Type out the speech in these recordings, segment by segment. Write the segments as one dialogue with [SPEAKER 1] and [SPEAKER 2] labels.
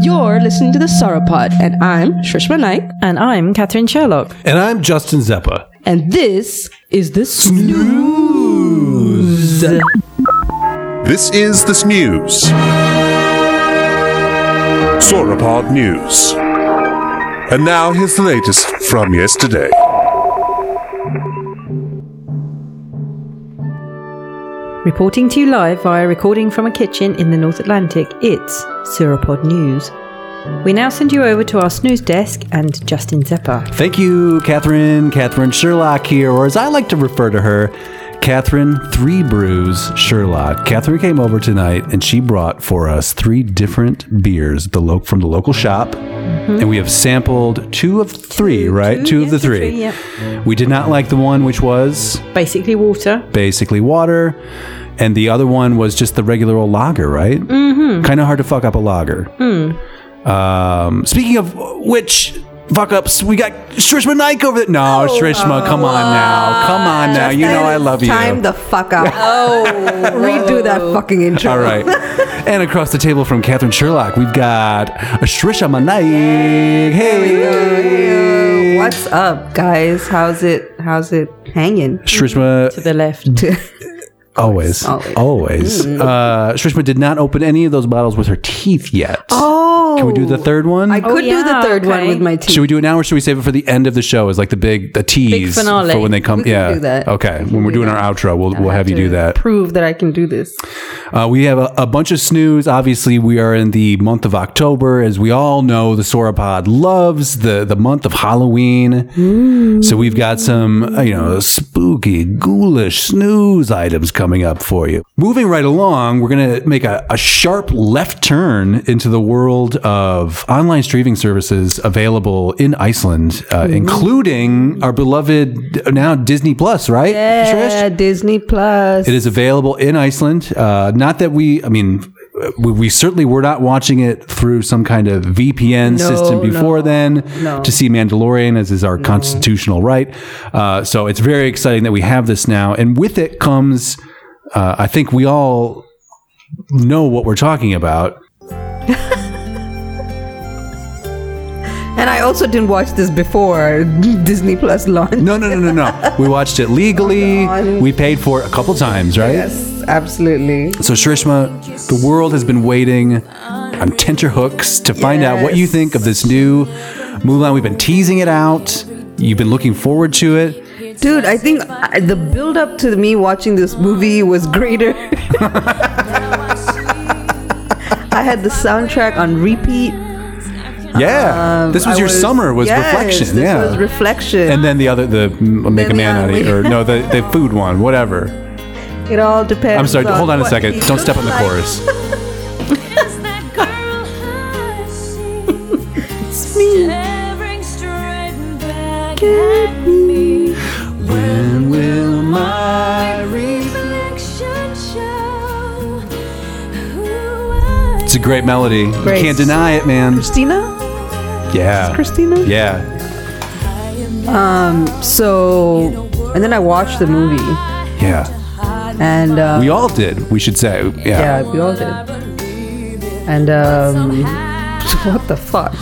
[SPEAKER 1] You're listening to the Sorrow Pod, and I'm Shrishma Naik,
[SPEAKER 2] And I'm Catherine Sherlock.
[SPEAKER 3] And I'm Justin Zeppa.
[SPEAKER 1] and this is the Snooze.
[SPEAKER 4] This is the snooze. Sauropod News. And now here's the latest from yesterday.
[SPEAKER 2] Reporting to you live via recording from a kitchen in the North Atlantic, it's Sauropod News. We now send you over to our snooze desk and Justin Zeppa.
[SPEAKER 5] Thank you, Catherine. Catherine Sherlock here, or as I like to refer to her, Catherine Three Brews Sherlock. Catherine came over tonight and she brought for us three different beers the lo- from the local shop. And we have sampled two of three, right? Two, of
[SPEAKER 2] yeah,
[SPEAKER 5] the
[SPEAKER 2] two,
[SPEAKER 5] three.
[SPEAKER 2] three,
[SPEAKER 5] We did not like the one which was
[SPEAKER 2] Basically, water.
[SPEAKER 5] basically water, and the other one was just the regular old lager, right? Mm-hmm. Kind of hard to fuck up a lager. Um, speaking of which fuck ups, we got Shrishma Nike over there. No, Shrishma, come on now, come on now. You know I love you.
[SPEAKER 6] Time the fuck up. Oh, redo that fucking intro.
[SPEAKER 5] All right. and across the table from Catherine Sherlock, we've got Shrishma Nike. Hey.
[SPEAKER 6] What's up, guys? How's it? How's it hanging?
[SPEAKER 5] Shrishma
[SPEAKER 2] To the left.
[SPEAKER 5] Always.
[SPEAKER 6] Always.
[SPEAKER 5] Always. Uh, Shrishma did not open any of those bottles with her teeth yet.
[SPEAKER 6] Oh,
[SPEAKER 5] Can we do the third one?
[SPEAKER 6] I could do
[SPEAKER 2] yeah,
[SPEAKER 6] the third one
[SPEAKER 2] okay.
[SPEAKER 6] with my teeth.
[SPEAKER 5] should we do it now or should we save it for the end of the show as like the big the tease
[SPEAKER 2] finale.
[SPEAKER 5] for when they come
[SPEAKER 6] We can
[SPEAKER 5] yeah
[SPEAKER 6] do that.
[SPEAKER 5] okay
[SPEAKER 6] We can
[SPEAKER 5] when we're
[SPEAKER 6] do
[SPEAKER 5] doing
[SPEAKER 6] that.
[SPEAKER 5] our outro we'll, we'll have you do that
[SPEAKER 6] Prove that I can do this.
[SPEAKER 5] uh, we have a, a bunch of snooze obviously we are in the month of october as we all know the sauropod loves the the month of halloween so we've got some uh, you know spooky ghoulish snooze items coming up for you moving right along we're gonna make a, a sharp left turn into the world of online streaming services available in iceland uh, including our beloved uh, now disney plus right Trish?
[SPEAKER 2] Uh,
[SPEAKER 6] Yeah, Disney Plus.
[SPEAKER 5] It is available in Iceland. Uh, not that we, I mean, we, we certainly were not watching it through some kind of VPN system before then to see Mandalorian, as is our constitutional right. Uh, so it's very exciting that we have this now. And with it comes, uh, I think we all know what we're talking about.
[SPEAKER 6] and I also didn't watch this before Disney Plus launched.
[SPEAKER 5] No, no, no, no, no. we watched it legally. We paid for it a couple times, right?
[SPEAKER 6] Yes, absolutely.
[SPEAKER 5] So Shrishma, the world has been waiting on tenterhooks to find out what you
[SPEAKER 6] Yes.
[SPEAKER 5] think of this new Mulan. We've been teasing it out. You've been looking forward to it.
[SPEAKER 6] Dude, I think I, the build up to me watching this movie was greater. I had the soundtrack on repeat.
[SPEAKER 5] Yeah,
[SPEAKER 6] Um,
[SPEAKER 5] this was
[SPEAKER 6] I
[SPEAKER 5] your summer was
[SPEAKER 6] yes,
[SPEAKER 5] reflection.
[SPEAKER 6] This
[SPEAKER 5] yeah,
[SPEAKER 6] was reflection.
[SPEAKER 5] and then the other the mm, make
[SPEAKER 6] Then
[SPEAKER 5] a man
[SPEAKER 6] the
[SPEAKER 5] out of you
[SPEAKER 6] other-
[SPEAKER 5] or no the, the food one whatever.
[SPEAKER 6] it all depends.
[SPEAKER 5] I'm sorry. Hold on a
[SPEAKER 6] what
[SPEAKER 5] second.
[SPEAKER 6] he
[SPEAKER 5] Don't step on the
[SPEAKER 6] looks like.
[SPEAKER 5] chorus.
[SPEAKER 7] It's that girl I see. It's me. Staring straight back at me.
[SPEAKER 5] When will my re-
[SPEAKER 7] Reflection show who I
[SPEAKER 5] It's a great melody.
[SPEAKER 6] Great.
[SPEAKER 5] You can't deny it, man.
[SPEAKER 6] Christina?
[SPEAKER 5] Yeah.
[SPEAKER 6] Christina?
[SPEAKER 5] Yeah.
[SPEAKER 6] Um, so, and then I watched the movie,
[SPEAKER 5] Yeah.
[SPEAKER 6] and uh,
[SPEAKER 5] We all did. We should say.
[SPEAKER 6] yeah, we all did. And um, what the fuck?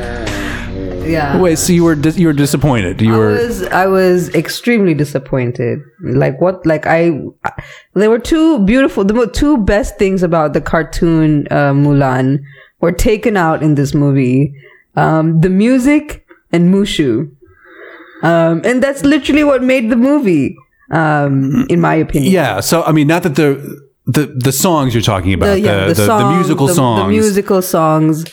[SPEAKER 6] yeah.
[SPEAKER 5] Wait, so you were dis- you were disappointed. You
[SPEAKER 6] I
[SPEAKER 5] were
[SPEAKER 6] was I was extremely disappointed. Like what? Like I, I there were two beautiful, the mo- two best things about the cartoon uh, Mulan were taken out in this movie: um, the music and Mushu. Um, and that's literally what made the movie, um, in my opinion.
[SPEAKER 5] yeah. So I mean, not that the the the songs you're talking about, the,
[SPEAKER 6] The, yeah, the,
[SPEAKER 5] the, the
[SPEAKER 6] song-
[SPEAKER 5] musical
[SPEAKER 6] the-
[SPEAKER 5] songs,
[SPEAKER 6] the musical songs,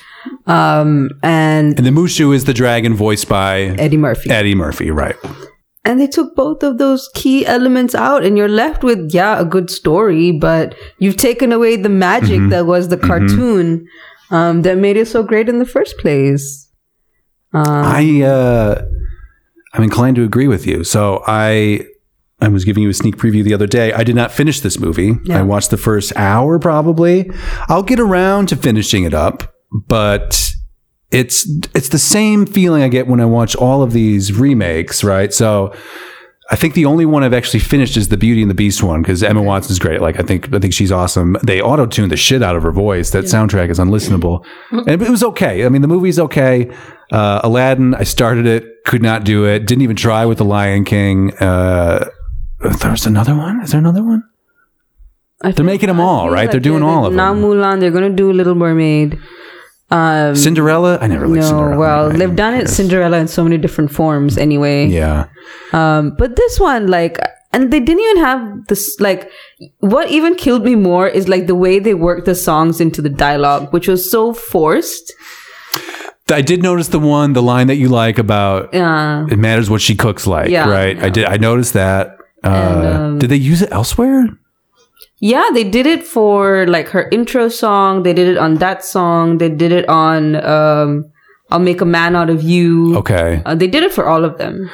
[SPEAKER 6] um, and
[SPEAKER 5] and the Mushu is the dragon voiced by Eddie,
[SPEAKER 6] Eddie Murphy.
[SPEAKER 5] Murphy, right?
[SPEAKER 6] Uh-huh. and they took both of those key elements out and you're left with yeah a good story but you've taken away the magic
[SPEAKER 5] Mm-hmm.
[SPEAKER 6] that was the cartoon um, that made it so great in the first place
[SPEAKER 5] I uh, I'm inclined to agree with you. So I I was giving you a sneak preview the other day. I did not finish this movie. I watched the first hour probably. I'll get around to finishing it up, but it's it's the same feeling I get when I watch all of these remakes, right? So I think the only one I've actually finished is the Beauty and the Beast one because Emma Watson's great. Like I think I think she's awesome. They auto tuned the shit out of her voice. That soundtrack is unlistenable, and it was okay. I mean, the movie's okay. Uh, Aladdin, I started it, could not do it. Didn't even try with the Lion King. Uh, there's another one. Is there another one? They're making them all right. They're doing all of
[SPEAKER 6] now
[SPEAKER 5] them.
[SPEAKER 6] Mulan, they're gonna do Little Mermaid. Um,
[SPEAKER 5] Cinderella. I never liked Cinderella.
[SPEAKER 6] no, well,
[SPEAKER 5] I-
[SPEAKER 6] they've done it Cinderella in so many different forms anyway.
[SPEAKER 5] Yeah.
[SPEAKER 6] Um, but this one, like, and they didn't even have this, like, what even killed me more is like the way they worked the songs into the dialogue, which was so forced.
[SPEAKER 5] I did notice the one, the line that you like about
[SPEAKER 6] Uh,
[SPEAKER 5] it matters what she cooks like,
[SPEAKER 6] Yeah, um,
[SPEAKER 5] right? I did. I noticed that. Uh, did they use it elsewhere?
[SPEAKER 6] Mm. Yeah, they did it for like her intro song. They did it on that song. They did it on, um, I'll make a man out of you.
[SPEAKER 5] Okay.
[SPEAKER 6] Uh, they did it for all of them.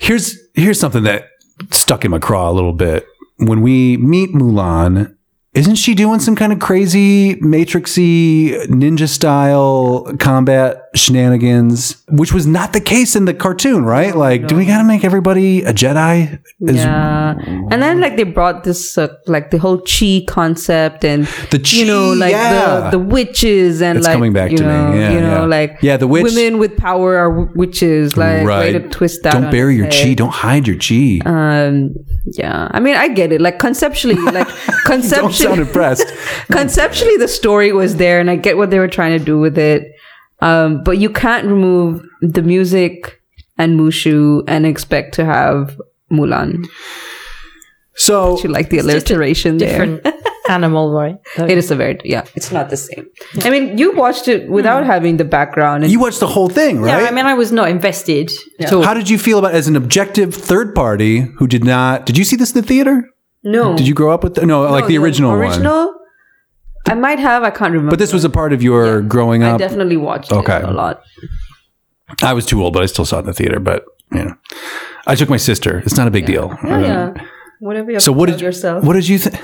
[SPEAKER 5] Here's here's something that stuck in my craw a little bit. When we meet Mulan, isn't she doing some kind of crazy matrixy ninja style combat shenanigans, which was not the case in the cartoon, right? Like, do we got to make everybody a Jedi? Is
[SPEAKER 6] Yeah. And then like they brought this, uh, like the whole chi concept and,
[SPEAKER 5] The chi,
[SPEAKER 6] you know, like
[SPEAKER 5] yeah.
[SPEAKER 6] the, the witches and
[SPEAKER 5] It's
[SPEAKER 6] like,
[SPEAKER 5] coming back
[SPEAKER 6] you
[SPEAKER 5] to me.
[SPEAKER 6] know,
[SPEAKER 5] Yeah,
[SPEAKER 6] you know,
[SPEAKER 5] yeah.
[SPEAKER 6] like
[SPEAKER 5] Yeah, the witch-
[SPEAKER 6] women with power are w- witches. Like
[SPEAKER 5] right.
[SPEAKER 6] way to twist that.
[SPEAKER 5] Don't
[SPEAKER 6] on
[SPEAKER 5] bury
[SPEAKER 6] its
[SPEAKER 5] your chi.
[SPEAKER 6] head.
[SPEAKER 5] Don't hide your chi.
[SPEAKER 6] Um, yeah. I mean, I get it. Like conceptually, like
[SPEAKER 5] Don't sound
[SPEAKER 6] conceptually,
[SPEAKER 5] impressed.
[SPEAKER 6] conceptually the story was there and I get what they were trying to do with it. Um, but you can't remove the music and Mushu and expect to have Mulan.
[SPEAKER 5] So
[SPEAKER 6] You like the
[SPEAKER 2] just a
[SPEAKER 6] alliteration there.
[SPEAKER 2] Different animal, right?
[SPEAKER 6] It is a very yeah. It's not the same. I mean, you watched it without
[SPEAKER 2] Hmm.
[SPEAKER 6] having the background, and
[SPEAKER 5] you watched the whole thing,
[SPEAKER 2] yeah,
[SPEAKER 5] right?
[SPEAKER 2] I mean, I was not invested at all.
[SPEAKER 5] How did you feel about as an objective third party who did not? Did you see this in the theater?
[SPEAKER 6] no, Oh,
[SPEAKER 5] Did you grow up with the, no, like the original, one?
[SPEAKER 6] Original, I might have. I can't remember.
[SPEAKER 5] But this was a part of your growing
[SPEAKER 6] I
[SPEAKER 5] up.
[SPEAKER 6] definitely watched
[SPEAKER 5] Okay.
[SPEAKER 6] it a lot.
[SPEAKER 5] I was too old, but I still saw it in the theater. But you know, I took my sister. It's not a big deal. Uh,
[SPEAKER 6] Yeah, whatever. You
[SPEAKER 5] So what did
[SPEAKER 6] yourself?
[SPEAKER 5] What did you think?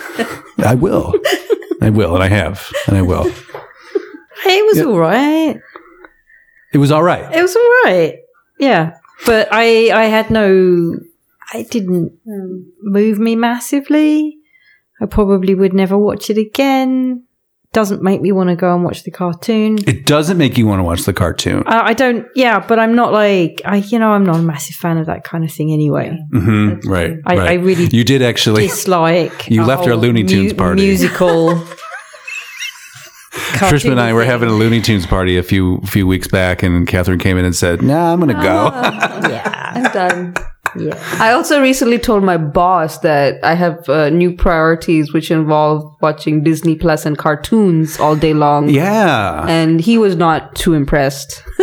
[SPEAKER 5] I will. I will, and I have, and I will.
[SPEAKER 2] It was all right.
[SPEAKER 5] It was all right.
[SPEAKER 2] It was all right. Yeah, but I I had no. It didn't um, move me massively. I probably would never watch it again. Doesn't make me want to go and watch the cartoon.
[SPEAKER 5] It doesn't make you want to watch the cartoon.
[SPEAKER 2] I, I don't. Yeah, but I'm not like I. You know, I'm not a massive fan of that kind of thing anyway.
[SPEAKER 5] Mm-hmm. Right,
[SPEAKER 2] I-
[SPEAKER 5] right.
[SPEAKER 2] I really
[SPEAKER 5] You did actually.
[SPEAKER 2] Dislike.
[SPEAKER 5] You
[SPEAKER 2] a
[SPEAKER 5] left her a
[SPEAKER 2] whole
[SPEAKER 5] Looney Tunes party.
[SPEAKER 2] musical.
[SPEAKER 5] Trishman and I were having a Looney Tunes party a few few weeks back, and Catherine came in and said, "Nah, I'm gonna go."
[SPEAKER 6] Ah. I'm done. Yeah. I also recently told my boss that I have uh, new priorities, which involve watching Disney Plus and cartoons all day long.
[SPEAKER 5] yeah,
[SPEAKER 6] and he was not too impressed.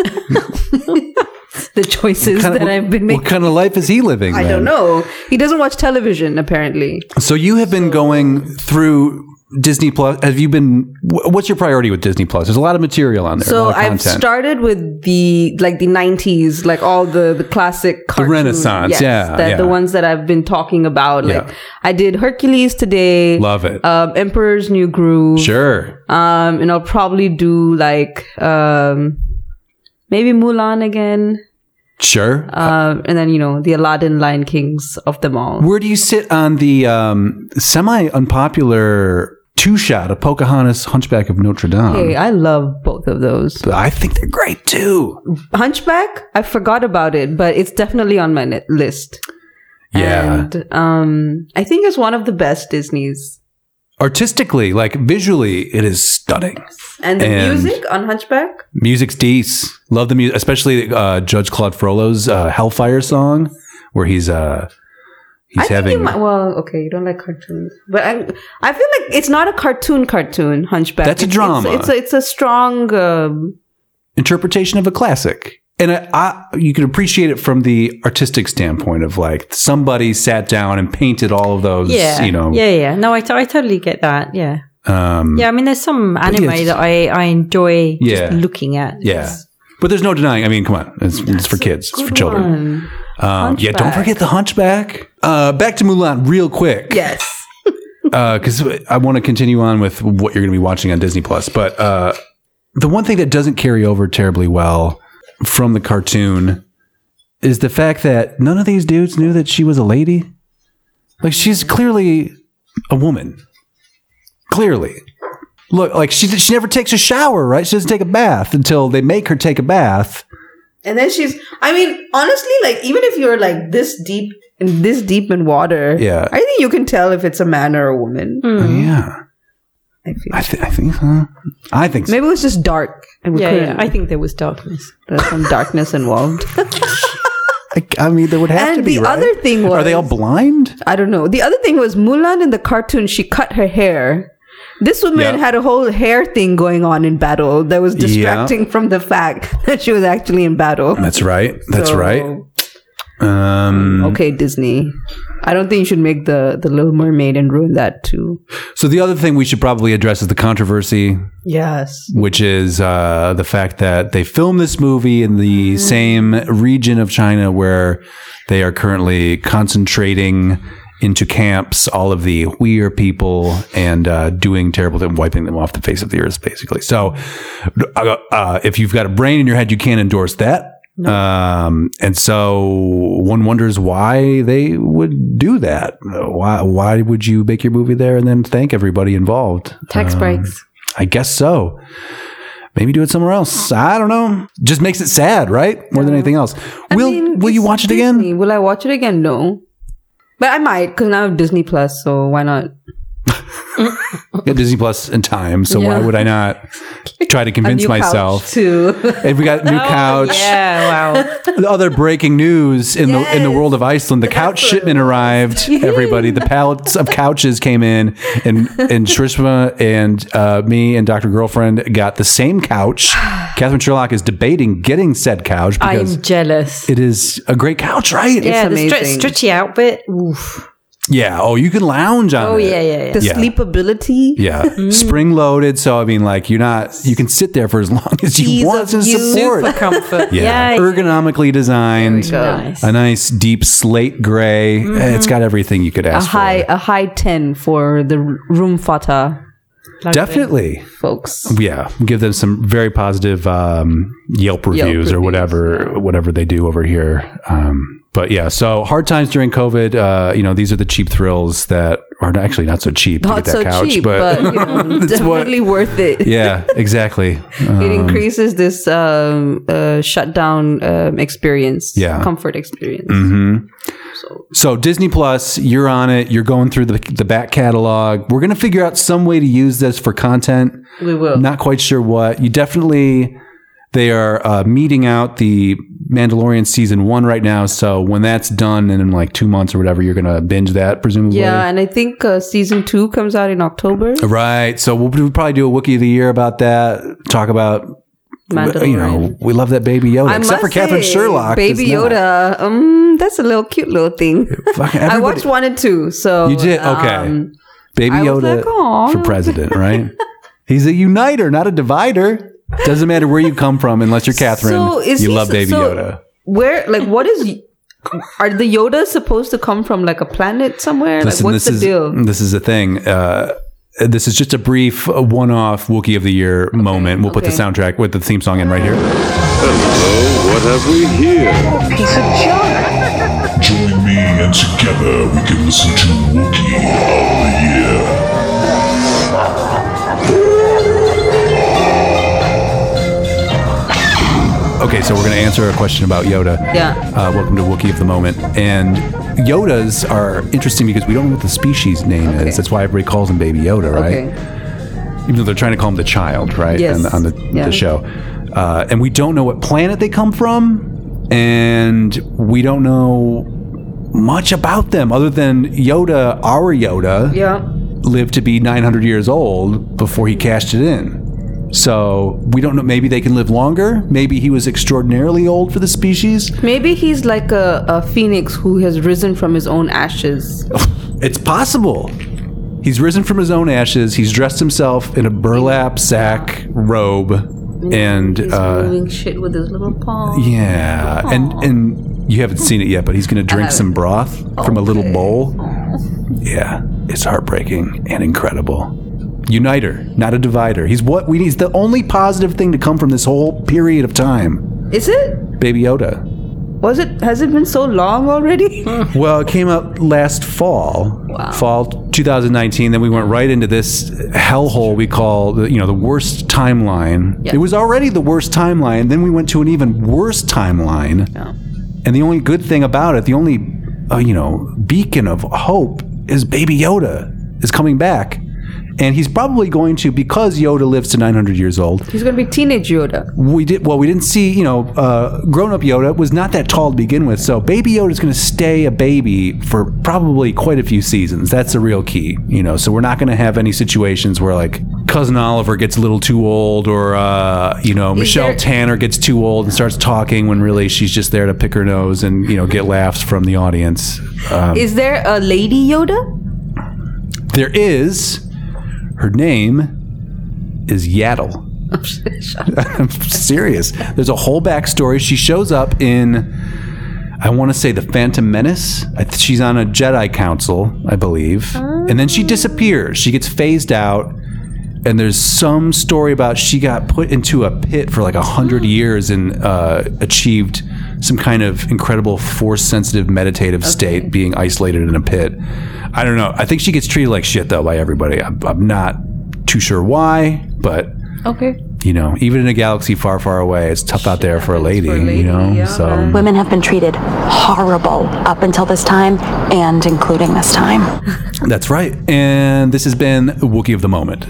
[SPEAKER 6] the choices
[SPEAKER 5] Kinda-
[SPEAKER 6] that I've been
[SPEAKER 5] What
[SPEAKER 6] making.
[SPEAKER 5] kind of life is he living?
[SPEAKER 6] I don't know. He doesn't watch television, apparently.
[SPEAKER 5] So you have been going through Disney Plus. Have you been? wh- What's your priority with Disney Plus? There's a lot of material on there. a
[SPEAKER 6] So
[SPEAKER 5] lot of
[SPEAKER 6] I've
[SPEAKER 5] content.
[SPEAKER 6] started with the like the nineties, like all the the classic cartoons.
[SPEAKER 5] Renaissance, yeah,
[SPEAKER 6] that, the
[SPEAKER 5] yeah.
[SPEAKER 6] ones that I've been talking about. Like
[SPEAKER 5] Yeah.
[SPEAKER 6] I did Hercules today.
[SPEAKER 5] Love it.
[SPEAKER 6] Um, Emperor's New Groove.
[SPEAKER 5] sure.
[SPEAKER 6] Um, and I'll probably do like um, maybe Mulan again.
[SPEAKER 5] Sure.
[SPEAKER 6] Um, and then you know the Aladdin, Lion Kings of them all.
[SPEAKER 5] Where do you sit on the um, semi unpopular two shot of Pocahontas, Hunchback of Notre Dame?
[SPEAKER 6] Hey, uh, I love both of those.
[SPEAKER 5] I think they're great too.
[SPEAKER 6] Hunchback, I forgot about it, but it's definitely on my net- list.
[SPEAKER 5] Yeah.
[SPEAKER 6] And um, I think it's one of the best Disney's.
[SPEAKER 5] Artistically, like visually, it is stunning.
[SPEAKER 6] And the
[SPEAKER 5] And-
[SPEAKER 6] music on Hunchback?
[SPEAKER 5] Music's deece. Love the music, especially uh, Judge Claude Frollo's uh, Hellfire song, where he's uh, he's
[SPEAKER 6] I think
[SPEAKER 5] having.
[SPEAKER 6] you might, well, okay, you don't like cartoons, but I, I feel like it's not a cartoon cartoon. Hunchback.
[SPEAKER 5] That's a
[SPEAKER 6] It's- it's-
[SPEAKER 5] drama.
[SPEAKER 6] It's, a, it's a strong. Um,
[SPEAKER 5] interpretation of a classic. And I, I, you can appreciate it from the artistic standpoint of like somebody sat down and painted all of those,
[SPEAKER 2] yeah,
[SPEAKER 5] you know,
[SPEAKER 2] Yeah, yeah. No, I, t- I totally get that. Yeah,
[SPEAKER 5] um, yeah.
[SPEAKER 2] yeah. I mean, there's some anime
[SPEAKER 5] it's-
[SPEAKER 2] that I I enjoy
[SPEAKER 5] Yeah.
[SPEAKER 2] just looking at.
[SPEAKER 5] But there's no denying. I mean, come on, it's, it's for kids, it's for children.
[SPEAKER 6] um,
[SPEAKER 5] Um, yeah, don't
[SPEAKER 6] Hunchback.
[SPEAKER 5] forget the Hunchback. Uh, back to Mulan, real quick.
[SPEAKER 6] yes.
[SPEAKER 5] because I want to continue on with what you're going to be watching on Disney Plus. But uh, the one thing that doesn't carry over terribly well from the cartoon is the fact that none of these dudes knew that she was a lady. Like she's clearly a woman. Clearly. Look, like she she never takes a shower, right? She doesn't take a bath until they make her take a bath.
[SPEAKER 6] And then she's, I mean, honestly, like, even if you're like this deep, in this deep in water,
[SPEAKER 5] Yeah.
[SPEAKER 6] I think you can tell if it's a man or a woman.
[SPEAKER 5] Oh, Yeah.
[SPEAKER 6] Mm. I feel.
[SPEAKER 5] I, th- I think so. I think so.
[SPEAKER 6] Maybe it was just dark. And we
[SPEAKER 2] Yeah, yeah,
[SPEAKER 6] couldn't.
[SPEAKER 2] I think there was darkness.
[SPEAKER 6] there's some darkness involved.
[SPEAKER 5] I, I mean, there would have
[SPEAKER 6] And
[SPEAKER 5] to be.
[SPEAKER 6] the
[SPEAKER 5] right?
[SPEAKER 6] other thing
[SPEAKER 5] are they all
[SPEAKER 6] was-
[SPEAKER 5] blind?
[SPEAKER 6] I don't know. The other thing was Mulan in the cartoon, she cut her hair. This woman
[SPEAKER 5] Yeah.
[SPEAKER 6] had a whole hair thing going on in battle that was distracting from the fact that she was actually in battle.
[SPEAKER 5] That's right. That's
[SPEAKER 6] So,
[SPEAKER 5] right. Um,
[SPEAKER 6] Okay, Disney. I don't think you should make the, the Little Mermaid and ruin that too.
[SPEAKER 5] So the other thing we should probably address is the controversy,
[SPEAKER 6] Yes.
[SPEAKER 5] which is uh, the fact that they filmed this movie in the same region of China where they are currently concentrating into camps all of the Uyghur people and uh, doing terrible things, wiping them off the face of the earth, basically. So uh, uh, if you've got a brain in your head, you can't endorse that. Um, and so one wonders why they would do that. Why, why would you make your movie there and then thank everybody involved?
[SPEAKER 2] Tax
[SPEAKER 5] Um,
[SPEAKER 2] breaks.
[SPEAKER 5] I guess so. Maybe do it somewhere else. I don't know. Just makes it sad, right? More than anything else. will Will you watch it again?
[SPEAKER 6] Will I watch it again? No. But I might, because now I have Disney Plus, so why not?
[SPEAKER 5] Yeah, Disney Plus in time. So why would I not try to convince myself?
[SPEAKER 6] Too.
[SPEAKER 5] And we got new couch.
[SPEAKER 2] Oh, Yeah, wow.
[SPEAKER 5] The other breaking news in the in the world of Iceland, the couch shipment arrived. Everybody, the pallets of couches came in, and and Shrishma and uh, me and Doctor Girlfriend got the same couch. Catherine Sherlock is debating getting said couch because
[SPEAKER 2] I'm jealous.
[SPEAKER 5] it is a great couch, right?
[SPEAKER 2] yeah, the stretch,
[SPEAKER 6] amazing.
[SPEAKER 2] stretchy outfit. Oof.
[SPEAKER 5] Yeah. Oh, you can lounge on.
[SPEAKER 2] Oh
[SPEAKER 5] it.
[SPEAKER 2] yeah, yeah, yeah.
[SPEAKER 6] The
[SPEAKER 5] Yeah.
[SPEAKER 6] sleepability.
[SPEAKER 5] Yeah,
[SPEAKER 6] Mm-hmm.
[SPEAKER 5] spring loaded. So I mean, like you're not you can sit there for as long as you
[SPEAKER 6] Ease
[SPEAKER 5] want
[SPEAKER 6] of
[SPEAKER 5] to
[SPEAKER 6] use.
[SPEAKER 5] support.
[SPEAKER 2] For comfort.
[SPEAKER 5] Yeah. ergonomically designed.
[SPEAKER 2] Nice.
[SPEAKER 5] A nice deep slate gray. Eh, It's got everything you could
[SPEAKER 6] Mm-hmm. a
[SPEAKER 5] ask
[SPEAKER 6] high a high 10 for the r- room fata
[SPEAKER 5] for. Definitely.
[SPEAKER 6] folks
[SPEAKER 5] Yeah, give them some very positive um, Yelp reviews or
[SPEAKER 6] reviews,
[SPEAKER 5] whatever whatever they do over here. Um, but yeah, so hard times during COVID. Uh, you know, these are the cheap thrills that are actually not so cheap.
[SPEAKER 6] not
[SPEAKER 5] to get
[SPEAKER 6] so
[SPEAKER 5] that couch,
[SPEAKER 6] cheap
[SPEAKER 5] but,
[SPEAKER 6] but, you know,
[SPEAKER 5] That's what-
[SPEAKER 6] definitely worth it
[SPEAKER 5] yeah, exactly. Uh-huh.
[SPEAKER 6] it increases this um, uh, shutdown um, experience
[SPEAKER 5] Yeah. Mm-hmm.
[SPEAKER 6] comfort experience
[SPEAKER 5] So Disney Plus, you're on it. You're going through the, the back catalog. We're gonna figure out some way to use this for content.
[SPEAKER 6] we will
[SPEAKER 5] Not quite sure what. You definitely they are uh, meeting out the Mandalorian season one right now. So when that's done, and in like two months or whatever, you're gonna binge that presumably.
[SPEAKER 6] yeah and i think uh, season two comes out in october
[SPEAKER 5] Right. So we'll, we'll probably do a Wookiee of the Year about that. Talk about
[SPEAKER 6] Mandalorian.
[SPEAKER 5] you know we love that baby Yoda,
[SPEAKER 6] I
[SPEAKER 5] except for
[SPEAKER 6] must
[SPEAKER 5] Catherine
[SPEAKER 6] say,
[SPEAKER 5] Sherlock.
[SPEAKER 6] Baby
[SPEAKER 5] does not.
[SPEAKER 6] Yoda. Um, that's a little cute little thing.
[SPEAKER 5] Fucking
[SPEAKER 6] I
[SPEAKER 5] everybody-
[SPEAKER 6] watched one and two. So
[SPEAKER 5] You did okay.
[SPEAKER 6] um,
[SPEAKER 5] Baby
[SPEAKER 6] I was
[SPEAKER 5] Yoda
[SPEAKER 6] like, "Aw."
[SPEAKER 5] for president, right? He's a uniter, not a divider. Doesn't matter where you come from, unless you're Catherine.
[SPEAKER 6] So is
[SPEAKER 5] you
[SPEAKER 6] he
[SPEAKER 5] love
[SPEAKER 6] so-
[SPEAKER 5] Baby
[SPEAKER 6] so
[SPEAKER 5] Yoda.
[SPEAKER 6] Where, like, what is? Are the Yodas supposed to come from like a planet somewhere?
[SPEAKER 5] Listen,
[SPEAKER 6] like,
[SPEAKER 5] this
[SPEAKER 6] what's the
[SPEAKER 5] is Mm.
[SPEAKER 6] deal?
[SPEAKER 5] this is a thing. Uh, this is just a brief uh, one-off Wookiee of the Year moment. We'll put the
[SPEAKER 6] okay.
[SPEAKER 5] soundtrack with the theme song in right here.
[SPEAKER 4] Hello, what have we here?
[SPEAKER 3] Join me, and together we can listen to Wookiee of the Year.
[SPEAKER 5] Okay, so we're going to answer a question about Yoda.
[SPEAKER 6] Yeah.
[SPEAKER 5] Uh, welcome to Wookiee of the Moment. And Yodas are interesting because we don't know what the species name is. That's why everybody calls him Baby Yoda, right?
[SPEAKER 6] Okay.
[SPEAKER 5] Even though they're trying to call him the child, right?
[SPEAKER 6] Yes.
[SPEAKER 5] On, the- on the,
[SPEAKER 6] Yeah.
[SPEAKER 5] the show. Uh, and we don't know what planet they come from. And we don't know much about them other than Yoda, our Yoda,
[SPEAKER 6] Yeah.
[SPEAKER 5] lived to be 900 years old before he cashed it in. So we don't know. Maybe they can live longer. Maybe he was extraordinarily old for the species.
[SPEAKER 6] Maybe he's like a, a phoenix who has risen from his own ashes.
[SPEAKER 5] It's possible. He's risen from his own ashes. He's dressed himself in a burlap sack robe, and
[SPEAKER 6] He's
[SPEAKER 5] uh,
[SPEAKER 6] moving shit with his little paw.
[SPEAKER 5] yeah, and and you haven't seen it yet, but he's going to drink some broth from a little bowl. Yeah, it's heartbreaking and incredible. Uniter, not a divider. He's what we need. He's the only positive thing to come from this whole period of time.
[SPEAKER 6] Is it?
[SPEAKER 5] Baby Yoda.
[SPEAKER 6] Was it? Has it been so long already?
[SPEAKER 5] Well, it came out last fall, fall 2019. Then we went right into this hellhole we call, the, you know, the worst timeline. It was already the worst timeline. Then we went to an even worse timeline. And the only good thing about it, the only, uh, you know, beacon of hope is Baby Yoda is coming back. And he's probably going to, because Yoda lives to 900 years old,
[SPEAKER 6] He's gonna be teenage Yoda.
[SPEAKER 5] we did well. We didn't see, you know, uh, grown-up Yoda was not that tall to begin with, so baby Yoda's going to stay a baby for probably quite a few seasons. That's the real key, you know. So we're not going to have any situations where like cousin Oliver gets a little too old, or uh, you know, Michelle
[SPEAKER 6] there-
[SPEAKER 5] Tanner gets too old and starts talking when really she's just there to pick her nose and you know get laughs from the audience.
[SPEAKER 6] Is there a lady Yoda?
[SPEAKER 5] There is her name is Yaddle. I'm serious. There's a whole backstory. She shows up in, I want to say, the Phantom Menace. I th- She's on a Jedi Council, I believe. And then she disappears. She gets phased out. And there's some story about she got put into a pit for like a hundred years and uh, achieved some kind of incredible force sensitive meditative state being isolated in a pit. I don't know. I think she gets treated like shit though by everybody. I'm, I'm not too sure why, but
[SPEAKER 6] Okay.
[SPEAKER 5] you know, even in a galaxy far, far away, it's tough out there for a lady, you know? so,
[SPEAKER 8] Women have been treated horrible up until this time and including this time.
[SPEAKER 5] that's right. And this has been Wookiee of the Moment.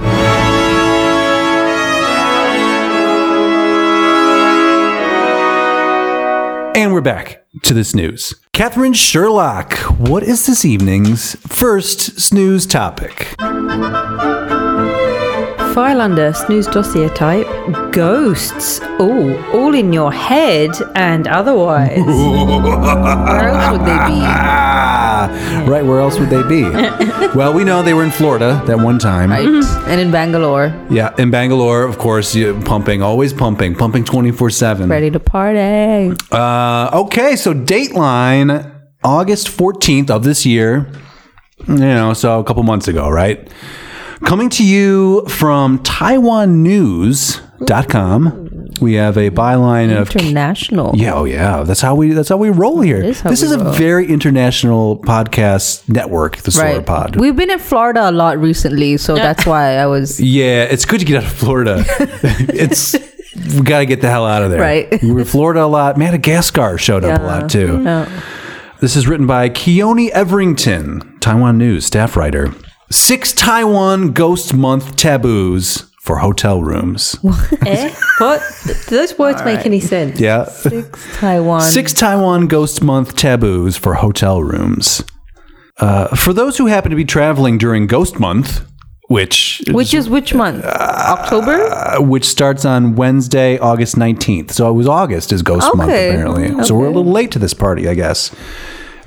[SPEAKER 5] And we're back to this news. Catherine Sherlock, what is this evening's first snooze topic?
[SPEAKER 2] File under snooze dossier type ghosts. Oh, all in your head and otherwise.
[SPEAKER 6] Where else would they be?
[SPEAKER 5] Ah, right, where else would they be? well, we know they were in Florida that one time.
[SPEAKER 6] and in Bangalore,
[SPEAKER 5] Yeah, in Bangalore, of course, you pumping, always pumping, pumping 24 7.
[SPEAKER 6] ready to party.
[SPEAKER 5] Uh, okay, so Dateline, August 14th of this year, you know, so a couple months ago, right? Coming to you from TaiwanNews.com, we have a byline of
[SPEAKER 6] International.
[SPEAKER 5] yeah, oh yeah. That's how we. That's how we roll here.
[SPEAKER 6] is how
[SPEAKER 5] this
[SPEAKER 6] we
[SPEAKER 5] is a
[SPEAKER 6] roll.
[SPEAKER 5] very international podcast network, the Solar Pod.
[SPEAKER 6] We've been in Florida a lot recently, so that's why I was.
[SPEAKER 5] Yeah, it's good to get out of Florida. it's we got to get the hell out of there.
[SPEAKER 6] Right.
[SPEAKER 5] we were in Florida a lot. Madagascar showed up a lot too. This is written by Keone Everington, Taiwan News staff writer. Six Taiwan Ghost Month taboos for hotel rooms.
[SPEAKER 2] eh? What? Do those words make any sense?
[SPEAKER 5] Yeah.
[SPEAKER 6] Taiwan.
[SPEAKER 5] Six Taiwan Ghost Month taboos for hotel rooms. Uh, for those who happen to be traveling during Ghost Month, which
[SPEAKER 6] Which is which month? October?
[SPEAKER 5] uh, which starts on Wednesday, August 19th. So it was August is Ghost Month,
[SPEAKER 6] Okay.
[SPEAKER 5] apparently. So we're a little late to this party, I guess.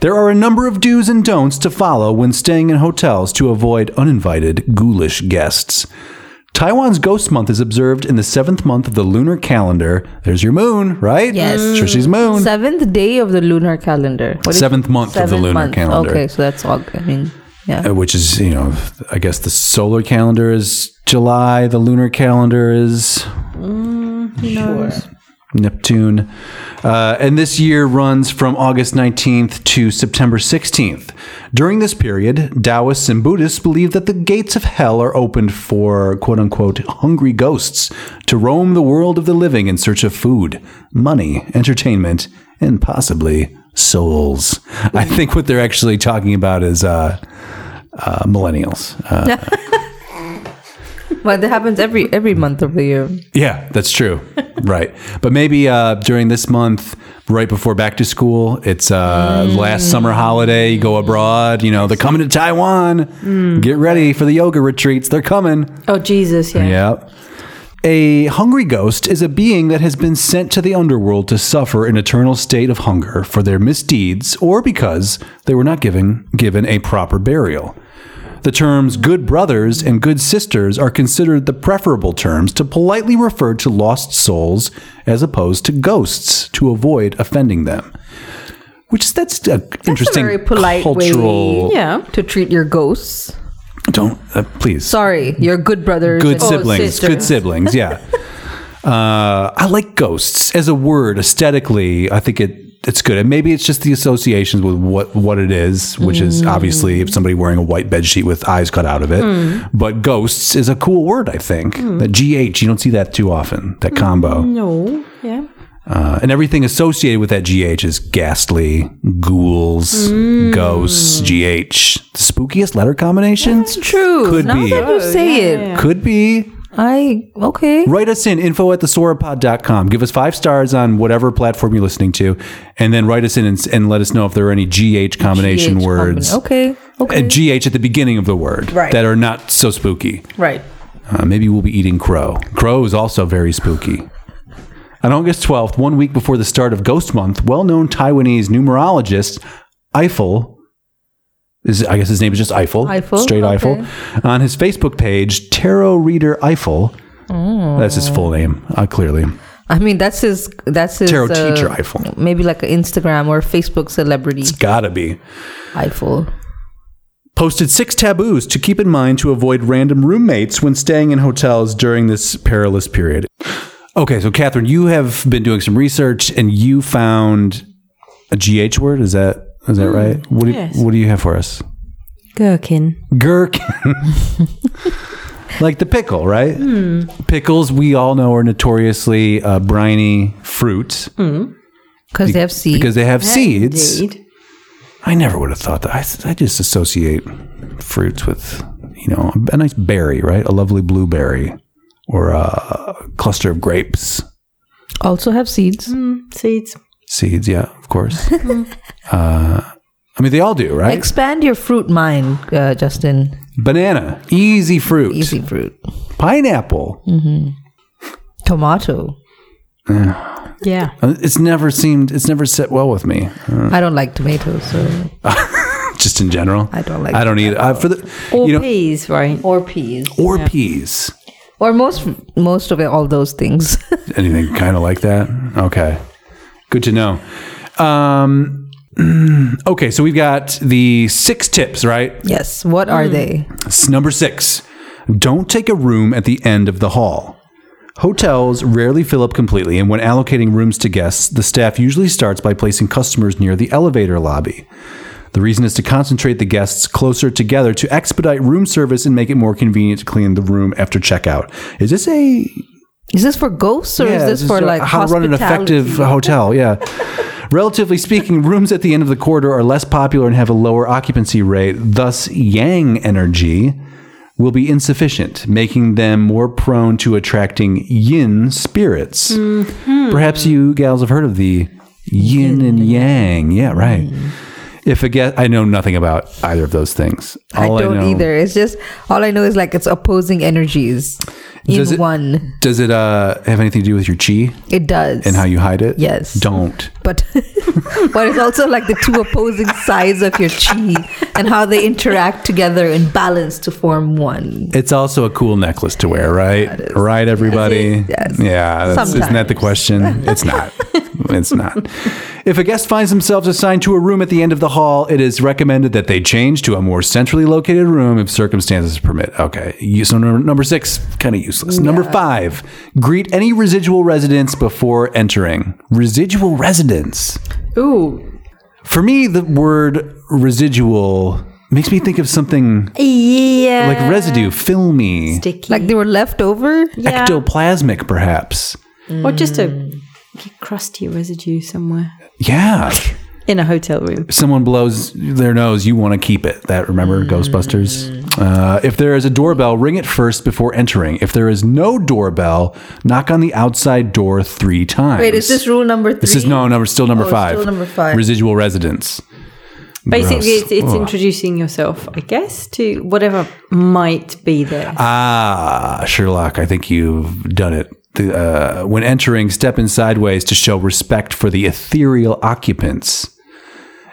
[SPEAKER 5] There are a number of do's and don'ts to follow when staying in hotels to avoid uninvited, ghoulish guests. Taiwan's Ghost Month is observed in the seventh month of the lunar calendar. There's your moon, right? Yes. Trishy's moon.
[SPEAKER 6] Seventh day of the lunar calendar. What is-
[SPEAKER 5] um, Seventh month of the lunar calendar.
[SPEAKER 6] Okay, so that's all. I mean, yeah.
[SPEAKER 5] Uh, Which is, you know, I guess the solar calendar is July, the lunar calendar is Neptune. Uh, and this year runs from August 19th to September 16th. During this period, Taoists and Buddhists believe that the gates of hell are opened for quote unquote hungry ghosts to roam the world of the living in search of food, money, entertainment, and possibly souls. I think what they're actually talking about is uh, uh, millennials. Uh,
[SPEAKER 6] But that happens every every month of the year.
[SPEAKER 5] Yeah, that's true. right. But maybe uh, during this month, right before back to school, it's uh, last summer holiday, you go abroad, you know, they're coming to Taiwan. Get ready for the yoga retreats. They're coming.
[SPEAKER 2] Oh, Jesus, yeah.
[SPEAKER 5] Yeah. A hungry ghost is a being that has been sent to the underworld to suffer an eternal state of hunger for their misdeeds or because they were not given, given a proper burial. The terms good brothers and good sisters are considered the preferable terms to politely refer to lost souls as opposed to ghosts to avoid offending them. Which that's an interesting
[SPEAKER 6] very polite
[SPEAKER 5] cultural.
[SPEAKER 6] way.
[SPEAKER 2] Yeah.
[SPEAKER 6] To treat your ghosts.
[SPEAKER 5] Don't uh, please.
[SPEAKER 6] Sorry, your good brothers.
[SPEAKER 5] good
[SPEAKER 6] and-
[SPEAKER 5] siblings good siblings yeah uh, i like ghosts as a word aesthetically i think it it's good. And maybe it's just the associations with what what it is, which is obviously if somebody wearing a white bed sheet with eyes cut out of it. But ghosts is a cool word, I think. That GH, you don't see that too often. That combo.
[SPEAKER 2] No, yeah.
[SPEAKER 5] Uh, and everything associated with that GH is ghastly, ghouls,
[SPEAKER 2] Mm.
[SPEAKER 5] ghosts, GH. The spookiest letter combinations?
[SPEAKER 2] True.
[SPEAKER 5] Could
[SPEAKER 2] now
[SPEAKER 5] be.
[SPEAKER 2] that you say it,
[SPEAKER 5] Could be.
[SPEAKER 2] I okay.
[SPEAKER 5] Write us in info at thesoropod.com. Give us five stars on whatever platform you're listening to, and then write us in and, and let us know if there are any GH combination
[SPEAKER 6] GH
[SPEAKER 5] words.
[SPEAKER 6] combina- Okay. Okay.
[SPEAKER 5] And GH at the beginning of the word
[SPEAKER 6] Right.
[SPEAKER 5] that are not so spooky.
[SPEAKER 6] right.
[SPEAKER 5] Uh, maybe we'll be eating crow. Crow is also very spooky. On August 12th, one week before the start of Ghost Month, well known Taiwanese numerologist Eiffel, is, I guess his name is just Eiffel,
[SPEAKER 6] Eiffel,
[SPEAKER 5] straight
[SPEAKER 6] okay.
[SPEAKER 5] Eiffel, on his Facebook page, Tarot Reader Eiffel. That's his full name, uh, clearly.
[SPEAKER 6] I mean, that's his. That's his.
[SPEAKER 5] Tarot
[SPEAKER 6] uh,
[SPEAKER 5] teacher Eiffel.
[SPEAKER 6] Maybe like an Instagram or Facebook celebrity
[SPEAKER 5] It's gotta be.
[SPEAKER 6] Eiffel.
[SPEAKER 5] posted six taboos to keep in mind to avoid random roommates when staying in hotels during this perilous period. Okay, so Catherine, you have been doing some research and you found a GH word. Is that is that right? What do you,
[SPEAKER 2] Hmm. yes.
[SPEAKER 5] what do you have for us?
[SPEAKER 2] Gherkin.
[SPEAKER 5] Gherkin. like the pickle, right?
[SPEAKER 2] Hmm.
[SPEAKER 5] Pickles we all know are notoriously uh, briny fruit
[SPEAKER 6] Because they have C.
[SPEAKER 5] because they have seeds.
[SPEAKER 2] Indeed.
[SPEAKER 5] I never would have thought that. I, I just associate fruits with, you know, a nice berry, right? A lovely blueberry or a cluster of grapes
[SPEAKER 6] also have seeds.
[SPEAKER 2] Seeds.
[SPEAKER 5] seeds. Yeah, of course. uh,
[SPEAKER 6] Mm-hmm.
[SPEAKER 5] I mean, they all do, right?
[SPEAKER 6] Expand your fruit mind, uh, Justin.
[SPEAKER 5] Banana, easy fruit.
[SPEAKER 6] Easy Mm. fruit.
[SPEAKER 5] Pineapple.
[SPEAKER 6] Tomato.
[SPEAKER 2] Yeah.
[SPEAKER 5] Uh, It's never seemed, it's never set well with me.
[SPEAKER 6] I don't like tomatoes, so
[SPEAKER 5] Just in general,
[SPEAKER 6] I don't like
[SPEAKER 5] I don't eat. I, for the
[SPEAKER 2] Or
[SPEAKER 5] you know,
[SPEAKER 2] peas, right?
[SPEAKER 6] or peas
[SPEAKER 5] or peas.
[SPEAKER 6] or most most of it, all those things.
[SPEAKER 5] anything kind of like that. Okay, good to know. Um, okay, so we've got the six tips, right?
[SPEAKER 6] yes. What are they?
[SPEAKER 5] S- Number six: don't take a room at the end of the hall. Hotels rarely fill up completely, and when allocating rooms to guests, the staff usually starts by placing customers near the elevator lobby. The reason is to concentrate the guests closer together to expedite room service and make it more convenient to clean the room after checkout. Is this a
[SPEAKER 6] Is this for ghosts or is
[SPEAKER 5] yeah,
[SPEAKER 6] this, for
[SPEAKER 5] a-
[SPEAKER 6] like
[SPEAKER 5] how to run an
[SPEAKER 6] hospitality?
[SPEAKER 5] effective hotel? Yeah. Relatively speaking, rooms at the end of the corridor are less popular and have a lower occupancy rate. Thus, yang energy will be insufficient, making them more prone to attracting yin spirits.
[SPEAKER 6] Mm-hmm.
[SPEAKER 5] Perhaps you gals have heard of the yin and yang. Yeah, right. If a guest, I know nothing about either of those things.
[SPEAKER 6] I
[SPEAKER 5] All
[SPEAKER 6] don't
[SPEAKER 5] know-
[SPEAKER 6] either. It's just all I know is like it's opposing energies in
[SPEAKER 5] Does it-
[SPEAKER 6] one.
[SPEAKER 5] Does it uh, have anything to do with your chi
[SPEAKER 6] It does.
[SPEAKER 5] and how you hide it?
[SPEAKER 6] Yes.
[SPEAKER 5] Don't.
[SPEAKER 6] but but it's also like the two opposing sides of your chi and how they interact together and balance to form one.
[SPEAKER 5] It's also a cool necklace to wear, right? Right, everybody.
[SPEAKER 6] Yes.
[SPEAKER 5] Yeah. That's, isn't that the question? It's not. it's not. If a guest finds themselves assigned to a room at the end of the hall, it is recommended that they change to a more centrally located room if circumstances permit. Okay. You- So number, number six, kind of useless. Number five, greet any residual residents before entering. Residual residents.
[SPEAKER 2] Ooh.
[SPEAKER 5] For me, the word residual makes me think of something
[SPEAKER 2] Yeah.
[SPEAKER 5] like residue, filmy.
[SPEAKER 2] Sticky.
[SPEAKER 6] Like they were left over.
[SPEAKER 2] yeah.
[SPEAKER 5] ectoplasmic perhaps
[SPEAKER 2] Or just a crusty residue somewhere.
[SPEAKER 5] yeah
[SPEAKER 2] In a hotel room.
[SPEAKER 5] someone blows their nose you want to keep it that remember
[SPEAKER 6] Mm-hmm.
[SPEAKER 5] ghostbusters uh, if there is a doorbell ring it first before entering if there is no doorbell knock on the outside door three times
[SPEAKER 6] Wait, is this rule number three?
[SPEAKER 5] this is no number still number
[SPEAKER 6] Oh,
[SPEAKER 5] five
[SPEAKER 6] still number five.
[SPEAKER 5] residual residence
[SPEAKER 2] Basically,
[SPEAKER 5] Gross.
[SPEAKER 2] it's, it's
[SPEAKER 5] Ugh.
[SPEAKER 2] introducing yourself, I guess, to whatever might be there.
[SPEAKER 5] Ah, Sherlock, I think you've done it. The, uh, when entering, step in sideways to show respect for the ethereal occupants.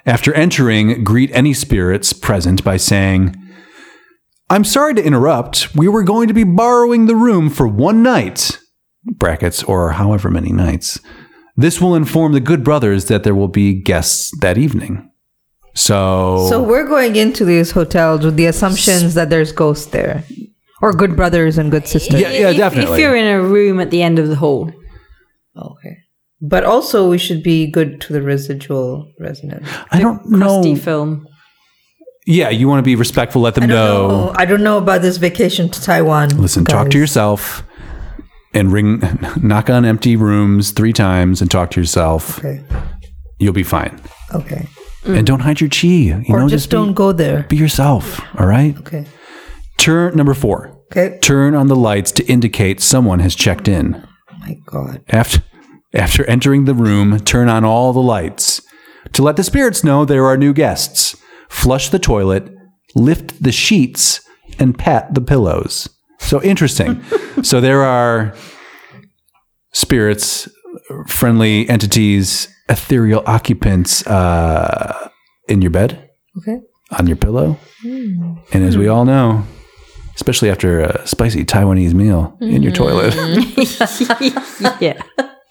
[SPEAKER 5] After entering, greet any spirits present by saying, I'm sorry to interrupt. We were going to be borrowing the room for one night, brackets, or however many nights. This will inform the good brothers that there will be guests that evening. So,
[SPEAKER 6] So we're going into these hotels with the assumptions that there's ghosts there, or good brothers and good sisters.
[SPEAKER 5] yeah, yeah,
[SPEAKER 2] If-
[SPEAKER 5] definitely.
[SPEAKER 2] If you're in a room at the end of the hall,
[SPEAKER 6] Okay. But also, we should be good to the residual resonance.
[SPEAKER 5] I don't know.
[SPEAKER 2] Crusty film.
[SPEAKER 5] Yeah, you want to be respectful. Let them know.
[SPEAKER 6] I don't know about this vacation to Taiwan.
[SPEAKER 5] Listen, talk to yourself and ring, knock on empty rooms three times and talk to yourself.
[SPEAKER 6] Okay.
[SPEAKER 5] You'll be fine.
[SPEAKER 6] Okay.
[SPEAKER 5] And don't hide your chi. You
[SPEAKER 6] Mm. Or
[SPEAKER 5] know,
[SPEAKER 6] just,
[SPEAKER 5] just, be-
[SPEAKER 6] don't go there.
[SPEAKER 5] be yourself. All right.
[SPEAKER 6] Okay.
[SPEAKER 5] Turn number four.
[SPEAKER 6] Okay.
[SPEAKER 5] Turn on the lights to indicate someone has checked in.
[SPEAKER 6] Oh My God.
[SPEAKER 5] After after entering the room, turn on all the lights to let the spirits know there are new guests. Flush the toilet, lift the sheets, and pat the pillows. So interesting. so there are spirits, friendly entities, ethereal occupants uh, in your bed,
[SPEAKER 6] Okay.
[SPEAKER 5] on your pillow, and as we all know, especially after a spicy Taiwanese meal, in your toilet.
[SPEAKER 2] Yeah.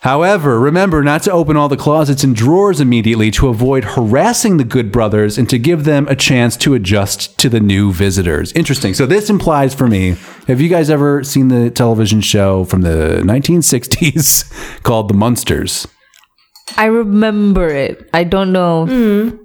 [SPEAKER 5] However, remember not to open all the closets and drawers immediately to avoid harassing the good brothers and to give them a chance to adjust to the new visitors. Interesting. So this implies for me, have you guys ever seen the television show from the 1960s called The Munsters?
[SPEAKER 9] I remember it. I don't know.
[SPEAKER 6] Mm.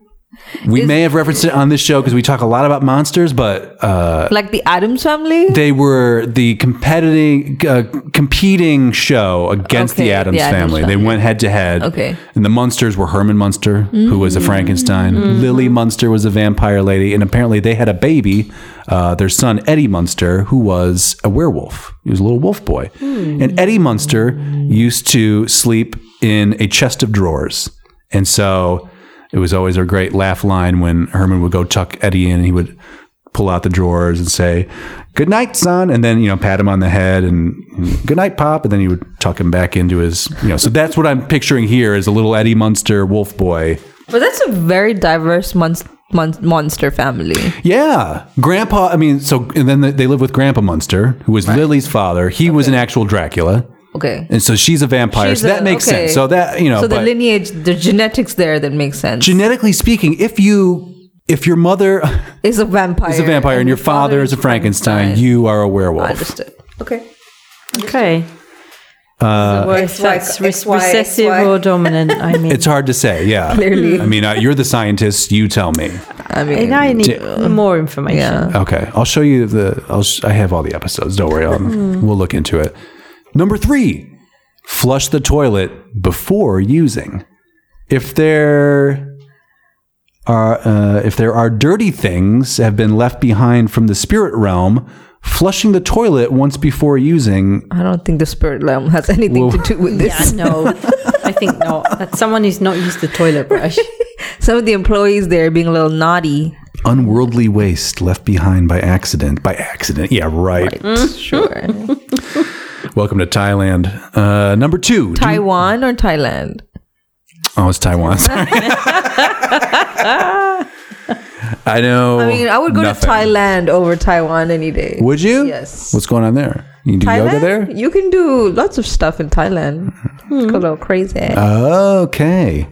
[SPEAKER 5] We may have referenced it on this show because we talk a lot about monsters, but uh,
[SPEAKER 9] Like the Adams family?
[SPEAKER 5] they were the competitive, uh, competing show against
[SPEAKER 9] Okay,
[SPEAKER 5] the Adams
[SPEAKER 9] the Addams
[SPEAKER 5] family. They
[SPEAKER 9] family.
[SPEAKER 5] went head to head.
[SPEAKER 9] Okay. Mm-hmm.
[SPEAKER 5] And the Munsters were Herman Munster, who was a Frankenstein. Lily Munster was a vampire lady, and apparently they had a baby, uh, their son Eddie Munster, who was a werewolf. He was a little wolf boy,
[SPEAKER 9] Hmm.
[SPEAKER 5] and Eddie Munster used to sleep in a chest of drawers, and so. It was always a great laugh line when Herman would go tuck Eddie in and he would pull out the drawers and say, "Good night, son," and then you know pat him on the head and "Good night, pop," and then he would tuck him back into his you know. So that's what I'm picturing here is a little Eddie Munster wolf boy.
[SPEAKER 9] But that's a very diverse mon- mon- monster family.
[SPEAKER 5] Yeah, Grandpa. I mean, so and then they live with Grandpa Munster, who was Lily's father. He was an actual Dracula,
[SPEAKER 9] Okay.
[SPEAKER 5] and so she's a vampire.
[SPEAKER 9] She's
[SPEAKER 5] so that
[SPEAKER 9] a-
[SPEAKER 5] makes
[SPEAKER 9] okay.
[SPEAKER 5] sense. So that you know,
[SPEAKER 9] so the
[SPEAKER 5] but-
[SPEAKER 9] lineage, the genetics there that makes sense.
[SPEAKER 5] genetically speaking, if you if your mother
[SPEAKER 9] is a vampire.
[SPEAKER 5] is a vampire and your father is a Frankenstein, you are a werewolf.
[SPEAKER 9] I understood.
[SPEAKER 6] Okay.
[SPEAKER 2] Okay. Uh, if
[SPEAKER 6] It's like
[SPEAKER 2] that's re-
[SPEAKER 6] XY,
[SPEAKER 2] recessive
[SPEAKER 6] XY.
[SPEAKER 2] or dominant, I mean,
[SPEAKER 5] It's hard to say. Yeah. Clearly. I mean, uh, you're the scientist. You tell me.
[SPEAKER 9] I mean,
[SPEAKER 2] and I need
[SPEAKER 5] Di-
[SPEAKER 2] more information.
[SPEAKER 9] yeah.
[SPEAKER 5] Okay. I'll show you the. I'll. Sh- I have all the episodes. Don't worry. I'll, we'll look into it. Number three, flush the toilet before using. If there are uh, if there are dirty things have been left behind from the spirit realm, flushing the toilet once before using.
[SPEAKER 9] I don't think the spirit realm has anything
[SPEAKER 5] Well-
[SPEAKER 9] to do with this.
[SPEAKER 2] No, I think not. That's someone who's not used to toilet brush.
[SPEAKER 9] Some of the employees there being a little naughty.
[SPEAKER 5] Unworldly waste left behind by accident. By accident. Yeah, right.
[SPEAKER 9] Mm. Sure.
[SPEAKER 5] Welcome to Thailand. Uh, number two. do-
[SPEAKER 9] Taiwan or Thailand?
[SPEAKER 5] Oh, it's Taiwan. Sorry. I know.
[SPEAKER 9] I mean, I would go to
[SPEAKER 5] nothing.
[SPEAKER 9] Thailand over Taiwan any day.
[SPEAKER 5] Would you?
[SPEAKER 9] Yes.
[SPEAKER 5] What's going on there? You can do yoga
[SPEAKER 9] Thailand?
[SPEAKER 5] there?
[SPEAKER 9] You can do lots of stuff in Thailand. It's a little crazy.
[SPEAKER 5] Okay.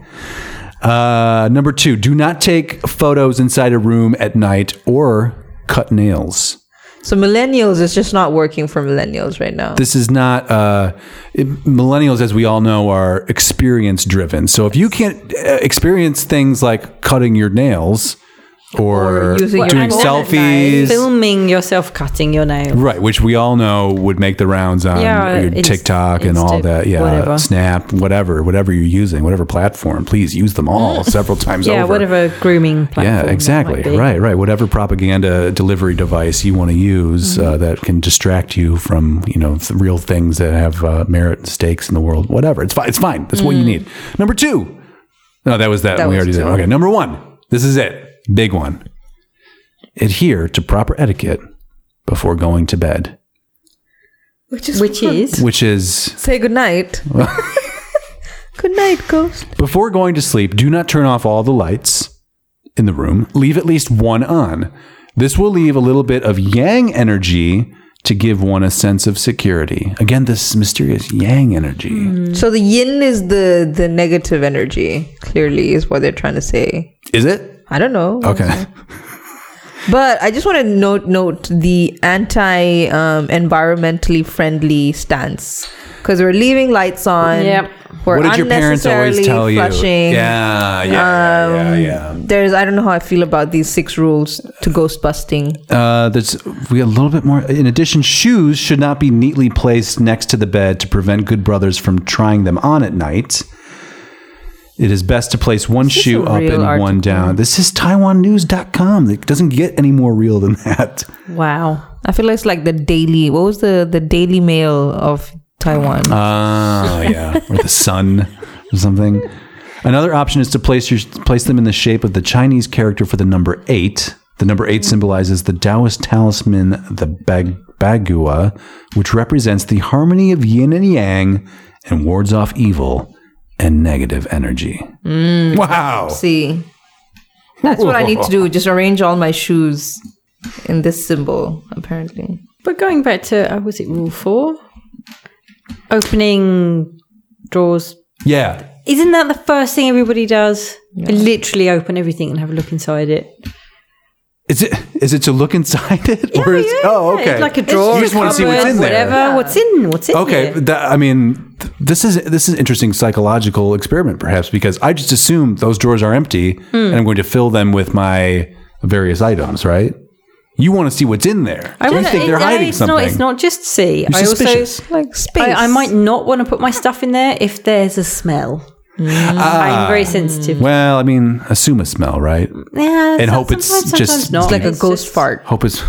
[SPEAKER 5] Uh, number two, do not take photos inside a room at night or cut nails.
[SPEAKER 9] so millennials is just not working for millennials right now.
[SPEAKER 5] This is not, uh, it- millennials, as we all know, are experience driven. So if you can't uh, experience things like cutting your nails or,
[SPEAKER 9] using your
[SPEAKER 5] doing
[SPEAKER 9] phone at night.
[SPEAKER 5] selfies,
[SPEAKER 2] Filming yourself cutting your nail.
[SPEAKER 5] Right, which we all know would make the rounds on
[SPEAKER 2] Yeah,
[SPEAKER 5] your
[SPEAKER 2] Inst-
[SPEAKER 5] TikTok and all
[SPEAKER 2] Insta-
[SPEAKER 5] that. Yeah,
[SPEAKER 2] whatever.
[SPEAKER 5] Snap, whatever, whatever you're using, whatever platform. Please use them all several times
[SPEAKER 2] Yeah,
[SPEAKER 5] over.
[SPEAKER 2] whatever grooming platform.
[SPEAKER 5] Yeah,
[SPEAKER 2] that
[SPEAKER 5] exactly.
[SPEAKER 2] might be.
[SPEAKER 5] Right, right. Whatever propaganda delivery device you want to use
[SPEAKER 2] Mm-hmm.
[SPEAKER 5] uh, that can distract you from you know th- real things that have uh, merit and stakes in the world. Whatever. It's fine. It's fine. That's
[SPEAKER 2] Mm.
[SPEAKER 5] what you need. Number two. No, that was that. we already did. Okay. Number one. This is it. Big one. Adhere to proper etiquette before going to bed,
[SPEAKER 6] Which is
[SPEAKER 2] Which is
[SPEAKER 5] which is
[SPEAKER 9] Say goodnight. good night, ghost.
[SPEAKER 5] Before going to sleep, do not turn off all the lights in the room. Leave at least one on. This will leave a little bit of yang energy to give one a sense of security. Again, this mysterious yang energy.
[SPEAKER 9] So the yin is the the negative energy. Clearly, is what they're trying to say.
[SPEAKER 5] Is it?
[SPEAKER 9] Mm-hmm. I don't know.
[SPEAKER 5] Okay.
[SPEAKER 9] But I just want to note note the anti um, environmentally friendly stance because we're leaving lights on.
[SPEAKER 2] Yep.
[SPEAKER 9] We're
[SPEAKER 5] what did your parents always
[SPEAKER 9] unnecessarily
[SPEAKER 5] tell you?
[SPEAKER 9] flushing. um,
[SPEAKER 5] Yeah, yeah, yeah, yeah, yeah.
[SPEAKER 9] There's I don't know how I feel about these six rules to ghost busting.
[SPEAKER 5] Uh, there's we a little bit more. In addition, shoes should not be neatly placed next to the bed to prevent good brothers from trying them on at night. It is best to place one shoe
[SPEAKER 9] a
[SPEAKER 5] up
[SPEAKER 9] real
[SPEAKER 5] and one
[SPEAKER 9] article?
[SPEAKER 5] down. This is TaiwanNews.com. It doesn't get any more real than that.
[SPEAKER 2] Wow.
[SPEAKER 9] I feel like it's like the daily. What was the the Daily Mail of Taiwan?
[SPEAKER 5] Ah, yeah, or the sun or something. Another option is to place your place them in the shape of the Chinese character for the number eight. The number
[SPEAKER 2] Mm-hmm.
[SPEAKER 5] eight symbolizes the Taoist talisman, the bag, bagua, which represents the harmony of yin and yang and wards off evil and negative energy.
[SPEAKER 2] Mm.
[SPEAKER 5] Wow.
[SPEAKER 9] See, that's what I need to do. Just arrange all my shoes in this symbol. Apparently,
[SPEAKER 2] But going back to, uh, was it rule four? Opening drawers.
[SPEAKER 5] Yeah.
[SPEAKER 2] Isn't that the first thing everybody does? Literally open everything and have a look inside it.
[SPEAKER 5] Is it is it to look inside it? Or is, oh, okay.
[SPEAKER 2] It's like a drawer.
[SPEAKER 5] You just
[SPEAKER 2] a
[SPEAKER 5] want to see what's
[SPEAKER 2] cupboard,
[SPEAKER 5] in there.
[SPEAKER 2] Whatever. What's in? What's in?
[SPEAKER 5] Okay,
[SPEAKER 2] here?
[SPEAKER 5] that, I mean, th- this is this is an interesting psychological experiment, perhaps, because I just assume those drawers are empty, and I'm going to fill them with my various items. Right? You want to see what's in there.
[SPEAKER 2] I
[SPEAKER 5] you
[SPEAKER 2] wanna-
[SPEAKER 5] think they're
[SPEAKER 2] it-
[SPEAKER 5] hiding
[SPEAKER 2] it's
[SPEAKER 5] something.
[SPEAKER 2] Not, it's not just see.
[SPEAKER 5] You're
[SPEAKER 2] I
[SPEAKER 5] suspicious.
[SPEAKER 2] also like space. I, I might not want to put my stuff in there if there's a smell.
[SPEAKER 5] Ah.
[SPEAKER 2] I'm very sensitive.
[SPEAKER 5] well, I mean, assume a smell, right?
[SPEAKER 2] yeah,
[SPEAKER 5] and
[SPEAKER 2] so-
[SPEAKER 5] hope it's
[SPEAKER 2] sometimes-
[SPEAKER 5] just-
[SPEAKER 2] sometimes not.
[SPEAKER 5] it's
[SPEAKER 9] like a ghost
[SPEAKER 2] just-
[SPEAKER 9] fart.
[SPEAKER 5] Hope it's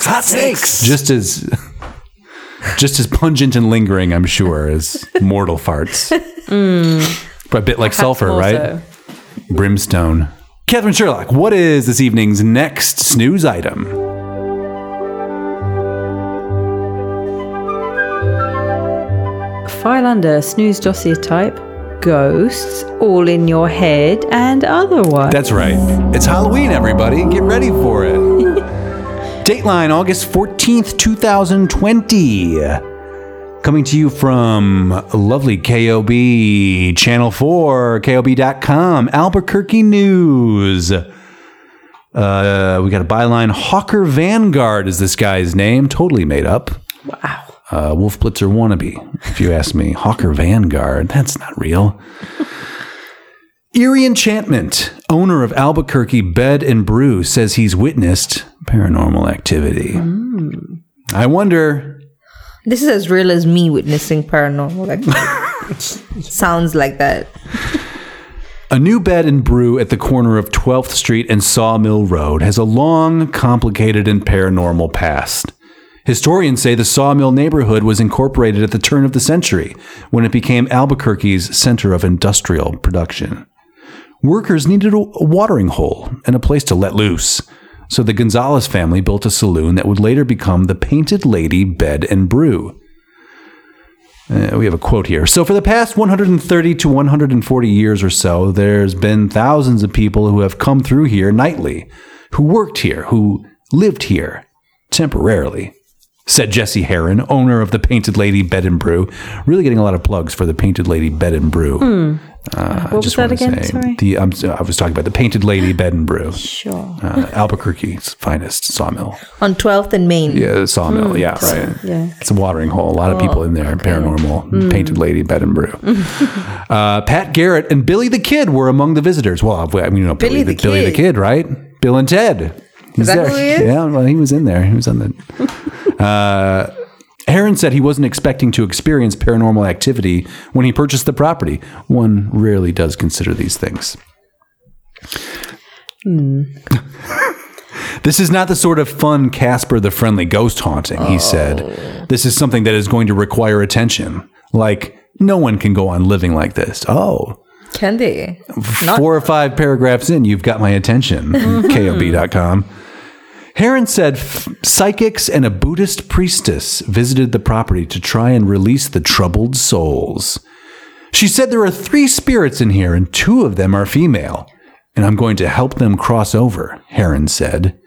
[SPEAKER 5] hot snakes. Just as just as pungent and lingering, I'm sure, as mortal farts. But a bit like sulfur,
[SPEAKER 2] Hmm. more
[SPEAKER 5] right?
[SPEAKER 2] so.
[SPEAKER 5] Brimstone. Catherine Sherlock, what is this evening's next snooze item?
[SPEAKER 2] File under snooze dossier type ghosts all in your head and otherwise.
[SPEAKER 5] That's right. It's Halloween, everybody. Get ready for it. Dateline, August 14th, 2020. Coming to you from lovely KOB, Channel 4, KOB.com, Albuquerque News. Uh, we got a byline Hawker Vanguard is this guy's name. Totally made up. Wow. Uh, Wolf Blitzer wannabe, if you ask me. Hawker Vanguard. That's not real. Eerie Enchantment, owner of Albuquerque Bed and Brew, says he's witnessed paranormal activity. I wonder.
[SPEAKER 9] this is as real as me witnessing paranormal. Like, sounds like that.
[SPEAKER 5] A new bed and brew at the corner of 12th Street and Sawmill Road has a long, complicated, and paranormal past. Historians say the Sawmill neighborhood was incorporated at the turn of the century when it became Albuquerque's center of industrial production. Workers needed a a watering hole and a place to let loose, so the Gonzalez family built a saloon that would later become the Painted Lady Bed and Brew. Uh, we have a quote here. So, for the past 130 to 140 years or so, there's been thousands of people who have come through here nightly, who worked here, who lived here temporarily, said Jesse Heron, owner of the Painted Lady Bed and Brew. Really getting a lot of plugs for the Painted Lady Bed and Brew. Uh, what
[SPEAKER 2] Hmm. was that again? Sorry.
[SPEAKER 5] The, I'm, I was talking about the Painted Lady Bed and Brew,
[SPEAKER 2] sure.
[SPEAKER 5] uh, Albuquerque's finest sawmill.
[SPEAKER 9] On 12th and Main.
[SPEAKER 5] Yeah, sawmill.
[SPEAKER 9] Mm.
[SPEAKER 5] Yeah, right.
[SPEAKER 2] yeah.
[SPEAKER 5] It's a watering hole. A lot of
[SPEAKER 9] Oh,
[SPEAKER 5] people in there. Paranormal.
[SPEAKER 9] Mm.
[SPEAKER 5] Painted lady, bed and brew. uh, Pat Garrett and Billy the Kid were among the visitors. Well, I mean, you know, Billy,
[SPEAKER 9] Billy
[SPEAKER 5] the,
[SPEAKER 9] the
[SPEAKER 5] Billy the
[SPEAKER 9] Kid.
[SPEAKER 5] Kid, right? Bill and Ted. He's
[SPEAKER 9] that who he is?
[SPEAKER 5] Yeah, well, he was in there. He was on the. uh, Heron said he wasn't expecting to experience paranormal activity when he purchased the property. One rarely does consider these things. This is not the sort of fun Casper the Friendly Ghost haunting, he said. This is something that is going to require attention. Like, no one can go on living like this. Oh,
[SPEAKER 9] Can they?
[SPEAKER 5] four or five paragraphs in, you've got my attention. KOB.com. Heron said f- psychics and a Buddhist priestess visited the property to try and release the troubled souls. She said there are three spirits in here, and two of them are female, and I'm going to help them cross over, Heron said.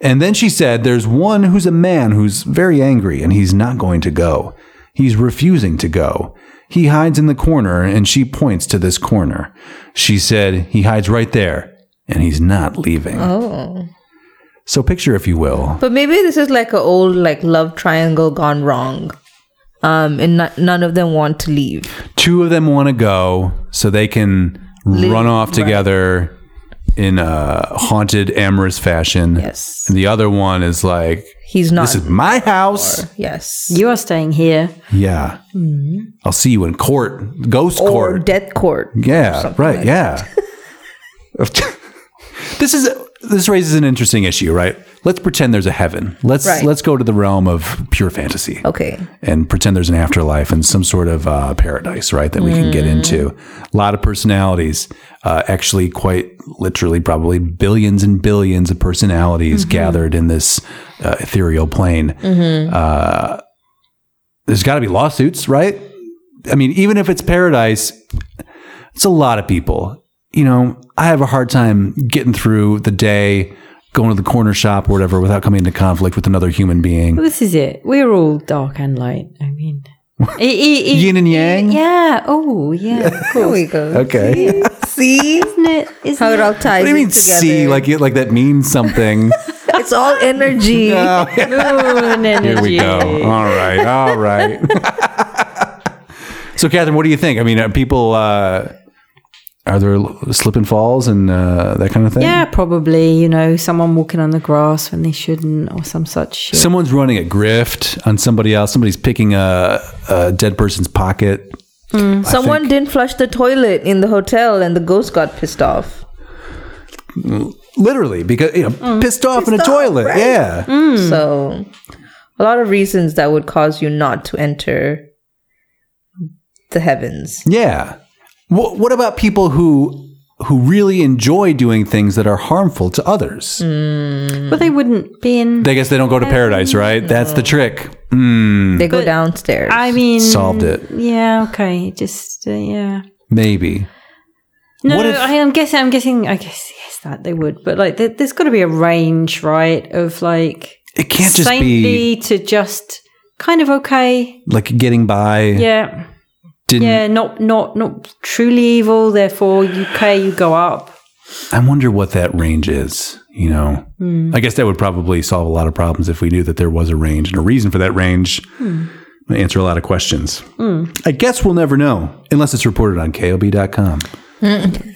[SPEAKER 5] And then she said there's one who's a man who's very angry, and he's not going to go. He's refusing to go. He hides in the corner, and she points to this corner. She said, He hides right there. and he's not leaving.
[SPEAKER 9] Oh.
[SPEAKER 5] So picture, if you will,
[SPEAKER 9] But maybe this is like an old like love triangle gone wrong. Um, and no- none of them want to leave.
[SPEAKER 5] two of them want to go so they can run off together in a haunted, amorous fashion.
[SPEAKER 9] Yes.
[SPEAKER 5] And the other one is like,
[SPEAKER 9] He's not.
[SPEAKER 5] this is my house.
[SPEAKER 9] yes.
[SPEAKER 2] You are staying here.
[SPEAKER 5] Yeah. I'll see you in court, ghost
[SPEAKER 9] Mm-hmm. or
[SPEAKER 5] court.
[SPEAKER 9] death court.
[SPEAKER 5] Yeah, right. yeah. this is this raises an interesting issue, right? Let's pretend there's a heaven. Let's
[SPEAKER 9] Right.
[SPEAKER 5] let's go to the realm of pure fantasy.
[SPEAKER 9] Okay.
[SPEAKER 5] And pretend there's an afterlife and some sort of uh, paradise, right? That we can get into. A lot of personalities, uh, actually, quite literally, probably billions and billions of personalities gathered in this uh, ethereal plane. Uh, there's got to be lawsuits, right? I mean, even if it's paradise, it's a lot of people. You know, I have a hard time getting through the day, going to the corner shop or whatever without coming into conflict with another human being.
[SPEAKER 2] This is it. We're all dark and light. I mean, I- I- I-
[SPEAKER 5] Yin and yang?
[SPEAKER 2] Yeah. Oh, yeah. Of
[SPEAKER 9] There
[SPEAKER 2] course.
[SPEAKER 9] we go.
[SPEAKER 5] Okay. What
[SPEAKER 9] See
[SPEAKER 2] Isn't it? Isn't
[SPEAKER 9] how it all
[SPEAKER 2] it?
[SPEAKER 9] ties
[SPEAKER 5] do you mean
[SPEAKER 9] in together.
[SPEAKER 5] see? Like, it- like that means something.
[SPEAKER 9] it's all energy.
[SPEAKER 2] Moon energy.
[SPEAKER 5] Here we go. All right. All right. so, Catherine, what do you think? I mean, are people, uh, are there slip and falls and uh, that kind of thing?
[SPEAKER 2] Yeah, probably. You know, someone walking on the grass when they shouldn't, or some such. Shit.
[SPEAKER 5] Someone's running a grift on somebody else. Somebody's picking a, a dead person's pocket.
[SPEAKER 9] Someone didn't flush the toilet in the hotel, and the ghost got pissed off.
[SPEAKER 5] Literally, because you know, pissed off in a toilet. Yeah.
[SPEAKER 9] Hmm. So, a lot of reasons that would cause you not to enter the heavens.
[SPEAKER 5] Hmm. Yeah. What, what about people who who really enjoy doing things that are harmful to others?
[SPEAKER 2] But they wouldn't be in.
[SPEAKER 5] I guess they don't go to paradise, right? That's the trick. Mm,
[SPEAKER 9] They go downstairs.
[SPEAKER 2] I mean,
[SPEAKER 5] Solved it.
[SPEAKER 2] Yeah. Okay. Just uh, yeah.
[SPEAKER 5] maybe.
[SPEAKER 2] No,
[SPEAKER 5] What if-
[SPEAKER 2] I, am guessing. I'm guessing. I guess yes, that they would. But like, there, there's got to be a range, right? Of like
[SPEAKER 5] It can't just be
[SPEAKER 2] saintly to just kind of okay.
[SPEAKER 5] like getting by.
[SPEAKER 2] Yeah.
[SPEAKER 5] Didn't
[SPEAKER 2] Yeah. Not not not truly evil. Therefore, you okay. You go up.
[SPEAKER 5] I wonder what that range is, you know. I guess that would probably solve a lot of problems if we knew that there was a range and a reason for that range. Might Answer a lot of questions. I guess we'll never know unless it's reported on KOB.com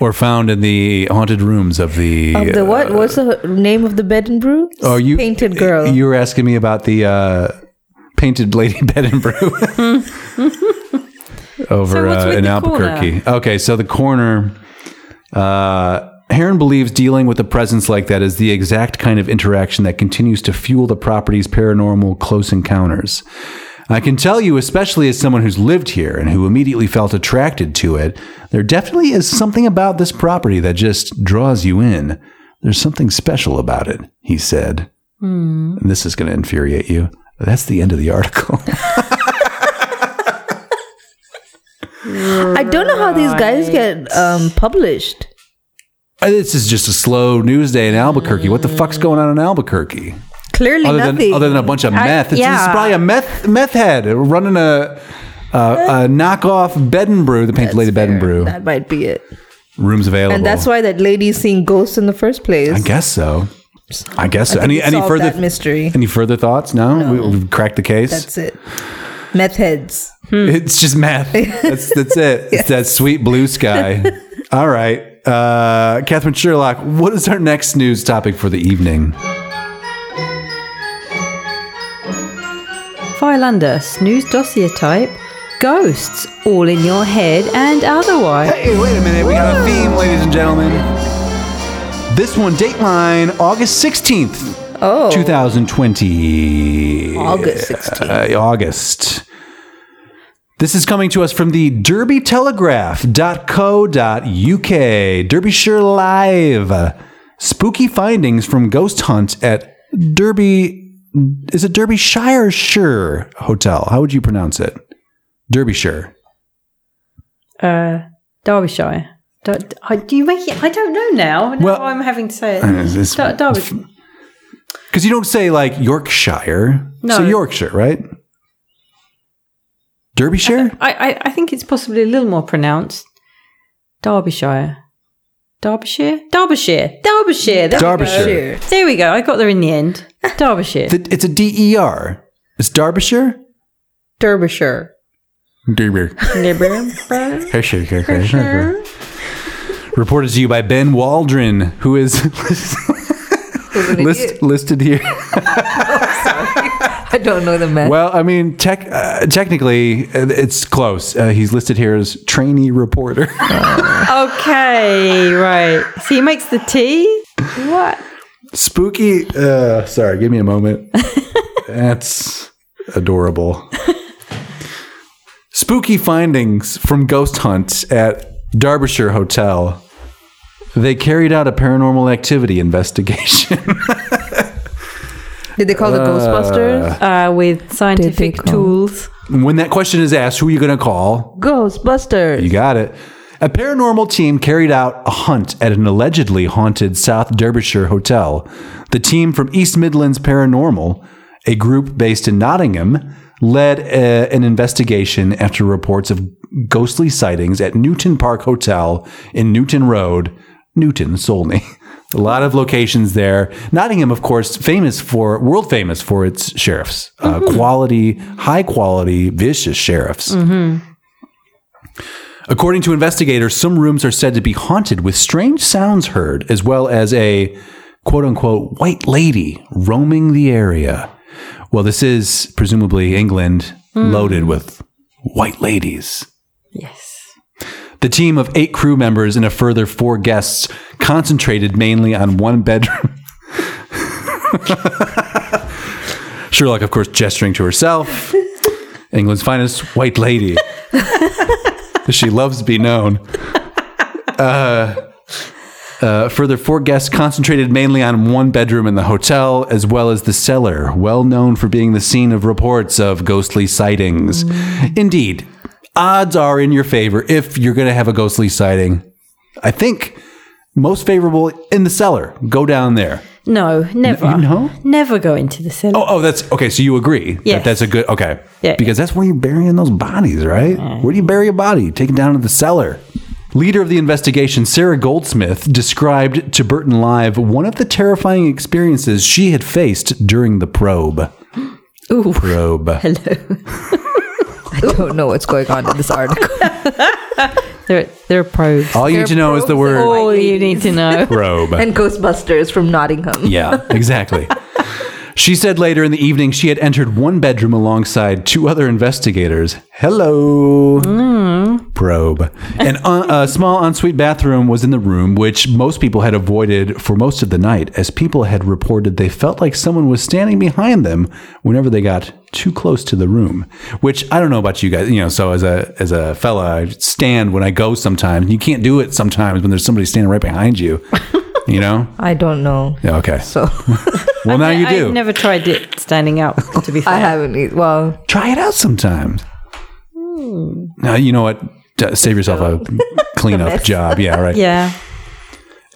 [SPEAKER 5] or found in the haunted rooms of the.
[SPEAKER 9] Of the what? What's the h- name of the bed and brew?
[SPEAKER 5] oh, you
[SPEAKER 9] painted girl.
[SPEAKER 5] You were asking me about the uh, painted lady bed and brew
[SPEAKER 2] So
[SPEAKER 5] over
[SPEAKER 2] what's
[SPEAKER 5] uh,
[SPEAKER 2] with
[SPEAKER 5] in
[SPEAKER 2] the
[SPEAKER 5] Albuquerque. Okay, so the corner. Uh, Heron believes dealing with a presence like that is the exact kind of interaction that continues to fuel the property's paranormal close encounters. I can tell you, especially as someone who's lived here and who immediately felt attracted to it, there definitely is something about this property that just draws you in. There's something special about it, he said.
[SPEAKER 9] Hmm.
[SPEAKER 5] And this is going to infuriate you. That's the end of the article.
[SPEAKER 9] I don't know how these guys get um, published.
[SPEAKER 5] Uh, this is just a slow news day in Albuquerque. What the fuck's going on in Albuquerque?
[SPEAKER 9] Clearly
[SPEAKER 5] Other
[SPEAKER 9] Hmm. nothing.
[SPEAKER 5] than other than a bunch of meth. It's, this
[SPEAKER 2] yeah.
[SPEAKER 5] is probably a meth meth head running a a, a knockoff bed and brew, the painted lady bed and brew.
[SPEAKER 9] that might be it.
[SPEAKER 5] Rooms available.
[SPEAKER 9] And that's why that lady's seeing ghosts in the first place.
[SPEAKER 5] I guess so. I guess so. any
[SPEAKER 9] we
[SPEAKER 5] any
[SPEAKER 9] solved
[SPEAKER 5] further
[SPEAKER 9] that mystery.
[SPEAKER 5] Any further thoughts? No, We, have cracked the case.
[SPEAKER 9] That's it. Meth heads.
[SPEAKER 5] It's just math. That's that's it. It's that sweet blue sky. All right. Uh, Catherine Sherlock, what is our next news topic for the evening?
[SPEAKER 2] Philander, snooze dossier type, ghosts, all in your head and otherwise.
[SPEAKER 5] Hey, wait a minute. We got a theme, ladies and gentlemen. This one, Dateline, August 16th,
[SPEAKER 9] Oh.
[SPEAKER 5] 2020.
[SPEAKER 9] August 16th.
[SPEAKER 5] Uh, August. This is coming to us from the derbytelegraph.co.uk. Derbyshire Live. Spooky findings from ghost hunt at Derby. Is it Derbyshire Sure Hotel? How would you pronounce it? Derbyshire.
[SPEAKER 2] Uh, Derbyshire. Do, I- do you make it? I don't know now. Now
[SPEAKER 5] Well-
[SPEAKER 2] I'm having to say it.
[SPEAKER 5] Uh, this-
[SPEAKER 2] Der- Derby-
[SPEAKER 5] Because you don't say like Yorkshire.
[SPEAKER 2] No.
[SPEAKER 5] So Yorkshire, right? Derbyshire?
[SPEAKER 2] I, I, I think it's possibly a little more pronounced. Derbyshire. Derbyshire? Derbyshire. Derbyshire. There,
[SPEAKER 5] Derbyshire.
[SPEAKER 2] there we go. I got there in the end. Derbyshire.
[SPEAKER 5] Th- It's a D E R. It's Derbyshire.
[SPEAKER 9] Derbyshire.
[SPEAKER 5] Derbyshire. Reported to you by Ben Waldron, who is list, listed here.
[SPEAKER 9] I don't know the man.
[SPEAKER 5] Well, I mean, tech, uh, technically, uh, it's close. Uh, he's listed here as trainee reporter.
[SPEAKER 2] okay, right. So he makes the tea. What?
[SPEAKER 5] Spooky. Uh, sorry, give me a moment. That's adorable. Spooky findings from ghost hunts at Derbyshire Hotel. They carried out a paranormal activity investigation.
[SPEAKER 9] Did they call the Ghostbusters?
[SPEAKER 2] Uh, with scientific
[SPEAKER 9] come?
[SPEAKER 2] tools.
[SPEAKER 5] when that question is asked, who are you going to call?
[SPEAKER 9] Ghostbusters.
[SPEAKER 5] You got it. A paranormal team carried out a hunt at an allegedly haunted South Derbyshire hotel. The team from East Midlands Paranormal, a group based in Nottingham, led uh, an investigation after reports of ghostly sightings at Newton Park Hotel in Newton Road, Newton, Solney. A lot of locations there. Nottingham, of course, famous for world famous for its sheriffs, uh, quality, high quality, vicious sheriffs. According to investigators, some rooms are said to be haunted with strange sounds heard, as well as a quote unquote white lady roaming the area. Well, this is presumably England loaded with white ladies. Yes. The team of eight crew members and a further four guests concentrated mainly on one bedroom. Sherlock, of course, gesturing to herself. England's finest white lady she loves to be known. Uh, uh, further, four guests concentrated mainly on one bedroom in the hotel, as well as the cellar, well known for being the scene of reports of ghostly sightings. Indeed, odds are in your favor if you're going to have a ghostly sighting. I think most favorable in the cellar. Go down there.
[SPEAKER 2] No, never.
[SPEAKER 5] you know?
[SPEAKER 2] Never go into the cellar.
[SPEAKER 5] Oh, oh, that's okay. So you agree
[SPEAKER 2] Yes.
[SPEAKER 5] that that's a good okay.
[SPEAKER 2] Yeah.
[SPEAKER 5] Because that's where you're burying those bodies, right? Where do you bury a body? Take it down to the cellar. Leader of the investigation, Sarah Goldsmith, described to Burton Live one of the terrifying experiences she had faced during the probe. Ooh. Probe.
[SPEAKER 9] I don't know what's going on in this article.
[SPEAKER 5] Oh.
[SPEAKER 2] They're, they're probes.
[SPEAKER 5] All you need to know is the word
[SPEAKER 2] All you need to know.
[SPEAKER 5] probe.
[SPEAKER 9] and Ghostbusters from Nottingham.
[SPEAKER 5] Yeah, exactly. she said later in the evening she had entered one bedroom alongside two other investigators. Hello. Probe. An un- a small ensuite bathroom was in the room, which most people had avoided for most of the night, as people had reported they felt like someone was standing behind them whenever they got too close to the room. Which I don't know about you guys, you know. So as a as a fella, I stand when I go sometimes. You can't do it sometimes when there's somebody standing right behind you. You know?
[SPEAKER 9] I don't know.
[SPEAKER 5] Yeah, okay.
[SPEAKER 9] So
[SPEAKER 5] Well, now you do.
[SPEAKER 2] I've never tried it standing up, to be fair.
[SPEAKER 9] I haven't. e- Well,
[SPEAKER 5] Try it out sometimes. Now you know what. D- Save yourself a cleanup job. Yeah, right.
[SPEAKER 2] Yeah.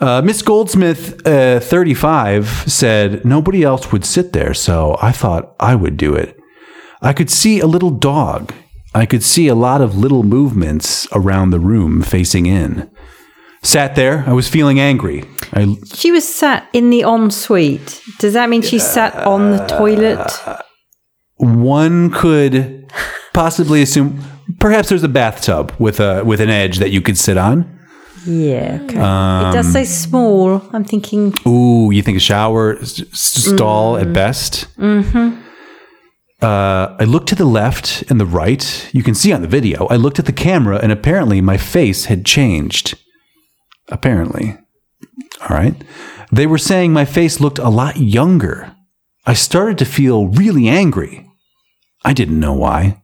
[SPEAKER 5] Uh, Miss Goldsmith, uh, 35, said nobody else would sit there, so I thought I would do it. I could see a little dog. I could see a lot of little movements around the room facing in. Sat there. I was feeling angry. I
[SPEAKER 2] She was sat in the ensuite. Does that mean she sat on the toilet?
[SPEAKER 5] one could possibly assume perhaps there's a bathtub with a with an edge that you could sit on.
[SPEAKER 2] Yeah. Okay. it does say small. I'm thinking
[SPEAKER 5] Um, Ooh, you think a shower s- s- stall at best? Mm-hmm. Uh, I looked to the left and the right. You can see on the video. I looked at the camera, and apparently my face had changed. Apparently, all right. They were saying my face looked a lot younger. I started to feel really angry. I didn't know why.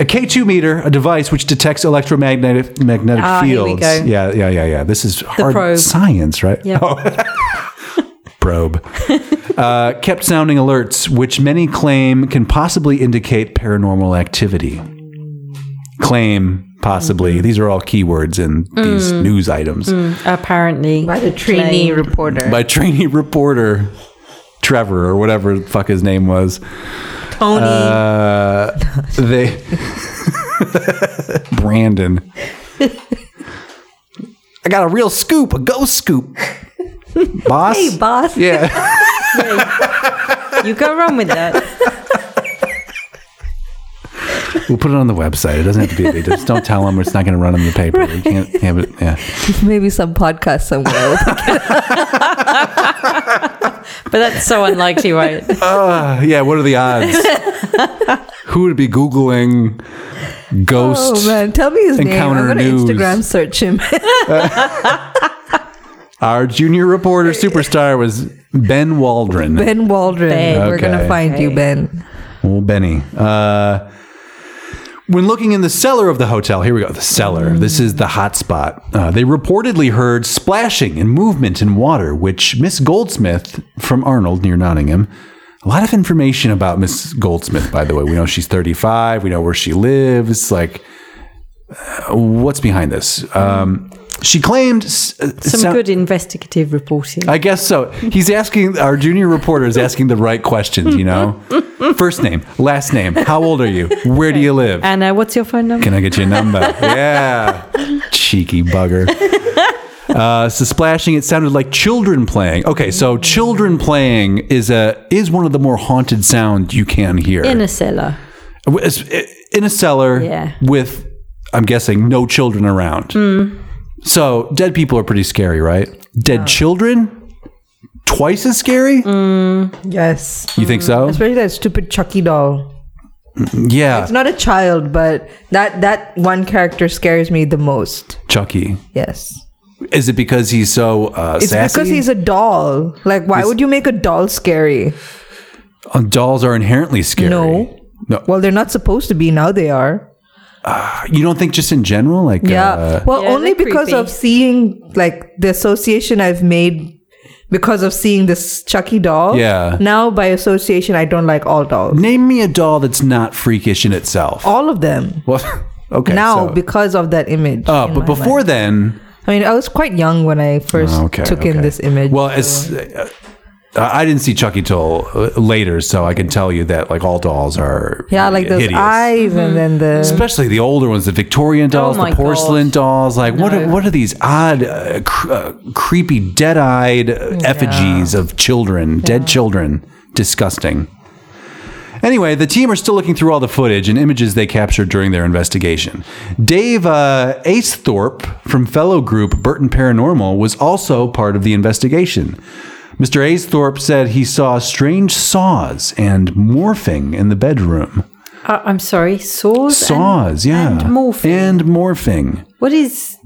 [SPEAKER 5] A K2 meter, a device which detects electromagnetic magnetic
[SPEAKER 2] Ah, here we
[SPEAKER 5] fields.
[SPEAKER 2] go.
[SPEAKER 5] Yeah, yeah, yeah, yeah. This is hard
[SPEAKER 2] probe.
[SPEAKER 5] science, right? Oh.
[SPEAKER 2] Yeah.
[SPEAKER 5] probe. uh, kept sounding alerts, which many claim can possibly indicate paranormal activity. Claim, possibly. These are all keywords in these news items.
[SPEAKER 2] Mm. apparently.
[SPEAKER 9] by the trainee reporter.
[SPEAKER 5] By trainee reporter Trevor, or whatever the fuck his name was.
[SPEAKER 9] Tony.
[SPEAKER 5] Uh, they Brandon. I got a real scoop, a ghost scoop. boss.
[SPEAKER 9] Hey, boss.
[SPEAKER 5] Yeah.
[SPEAKER 2] You go wrong with that.
[SPEAKER 5] we'll put it on the website. It doesn't have to be a big Just don't tell them it's not going to run in the paper. We can't have it. Yeah.
[SPEAKER 9] Maybe some podcast somewhere.
[SPEAKER 2] But that's so unlikely, right?
[SPEAKER 5] Uh, yeah. What are the odds? Who would be Googling ghost?
[SPEAKER 9] oh man, tell me his name. I'm
[SPEAKER 5] Encounter
[SPEAKER 9] gonna
[SPEAKER 5] news.
[SPEAKER 9] Instagram search him.
[SPEAKER 5] Our junior reporter superstar was Ben Waldron.
[SPEAKER 9] ben Waldron. We're gonna
[SPEAKER 5] Okay.
[SPEAKER 9] find you, Ben.
[SPEAKER 5] Well, Benny. Uh, when looking in the cellar of the hotel, here we go. The cellar. This is the hot spot. Uh, they reportedly heard splashing and movement in water, which Miss Goldsmith from Arnold near Nottingham. A lot of information about Miss Goldsmith, by the way. We know she's 35. We know where she lives. Like, uh, what's behind this? Um, she claimed s- uh,
[SPEAKER 2] Some
[SPEAKER 5] sou-
[SPEAKER 2] good investigative reporting.
[SPEAKER 5] I guess so. He's asking our junior reporter is asking the right questions, you know. First name, last name, how old are you? Where do you live?
[SPEAKER 2] Anna, what's your phone number?
[SPEAKER 5] Can I get your number? Yeah. Cheeky bugger. Uh, so splashing, it sounded like children playing. Okay, so children playing is a is one of the more haunted sounds you can hear
[SPEAKER 2] In a cellar.
[SPEAKER 5] in a cellar
[SPEAKER 2] Yeah.
[SPEAKER 5] with, I'm guessing, no children around.
[SPEAKER 9] Hmm.
[SPEAKER 5] So dead people are pretty scary, right? Dead
[SPEAKER 9] Oh.
[SPEAKER 5] children, twice as scary.
[SPEAKER 9] Mm-hmm.
[SPEAKER 6] Yes.
[SPEAKER 5] You think so?
[SPEAKER 6] Especially that stupid Chucky doll.
[SPEAKER 5] Yeah,
[SPEAKER 6] It's not a child, but
[SPEAKER 9] That that one character scares me the most.
[SPEAKER 5] Chucky.
[SPEAKER 9] Yes.
[SPEAKER 5] Is it because he's so uh,
[SPEAKER 6] it's
[SPEAKER 5] sassy?
[SPEAKER 6] because he's a doll.
[SPEAKER 9] Like, why would you make a doll scary?
[SPEAKER 5] Uh, dolls are inherently scary.
[SPEAKER 9] No.
[SPEAKER 5] No.
[SPEAKER 9] Well, they're not supposed to be. Now they are.
[SPEAKER 5] You don't think just in general, like
[SPEAKER 9] Yeah.
[SPEAKER 5] uh,
[SPEAKER 9] well,
[SPEAKER 2] Yeah,
[SPEAKER 9] only
[SPEAKER 2] they're
[SPEAKER 9] because of
[SPEAKER 2] creepy.
[SPEAKER 9] seeing like the association I've made because of seeing this Chucky doll.
[SPEAKER 5] Yeah.
[SPEAKER 9] Now by association, I don't like all dolls.
[SPEAKER 5] name me a doll that's not freakish in itself.
[SPEAKER 9] All of them.
[SPEAKER 5] Well, okay.
[SPEAKER 9] now
[SPEAKER 5] so-
[SPEAKER 9] because of that image.
[SPEAKER 5] uh,
[SPEAKER 9] in
[SPEAKER 5] but
[SPEAKER 9] my
[SPEAKER 5] before
[SPEAKER 9] mind.
[SPEAKER 5] then,
[SPEAKER 9] I mean, I was quite young when I first
[SPEAKER 5] Ah, Okay,
[SPEAKER 9] took
[SPEAKER 5] okay.
[SPEAKER 9] in this image.
[SPEAKER 5] Well, as uh, I didn't see Chucky till uh, later, so I can tell you that like all dolls are
[SPEAKER 9] yeah, like those
[SPEAKER 5] hideous.
[SPEAKER 9] eyes and then the
[SPEAKER 5] Especially the older ones, the Victorian dolls,
[SPEAKER 2] my
[SPEAKER 5] the porcelain
[SPEAKER 2] God.
[SPEAKER 5] dolls. Like, what are what are these odd, uh, cr- uh, creepy, dead-eyed uh effigies of children, dead children? Disgusting. Anyway, the team are still looking through all the footage and images they captured during their investigation. Dave uh, Acethorpe from fellow group Burton Paranormal was also part of the investigation. Mr. Acethorpe said he saw strange saws and morphing in the bedroom.
[SPEAKER 2] Uh, I'm sorry, saws? and-
[SPEAKER 5] Saws, yeah.
[SPEAKER 2] And morphing.
[SPEAKER 5] And morphing.
[SPEAKER 2] what is.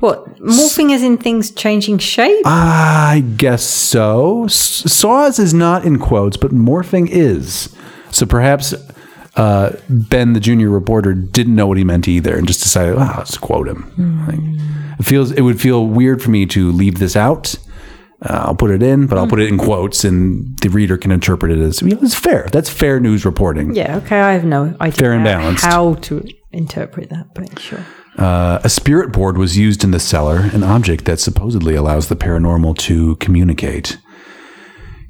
[SPEAKER 2] What? Morphing as in things changing shape?
[SPEAKER 5] Ah. I guess so. S- saws is not in quotes, but morphing is. So perhaps uh, Ben, the junior reporter, didn't know what he meant either and just decided, oh, let's quote him. Like, it, feels, it would feel weird for me to leave this out. Uh, I'll put it in, but I'll put it in quotes, and the reader can interpret it as you know, it's fair. That's fair news reporting.
[SPEAKER 2] yeah, okay, I have no idea.
[SPEAKER 5] Fair and
[SPEAKER 2] how-
[SPEAKER 5] balanced.
[SPEAKER 2] How to interpret that, but sure.
[SPEAKER 5] Uh, a spirit board was used in the cellar, an object that supposedly allows the paranormal to communicate.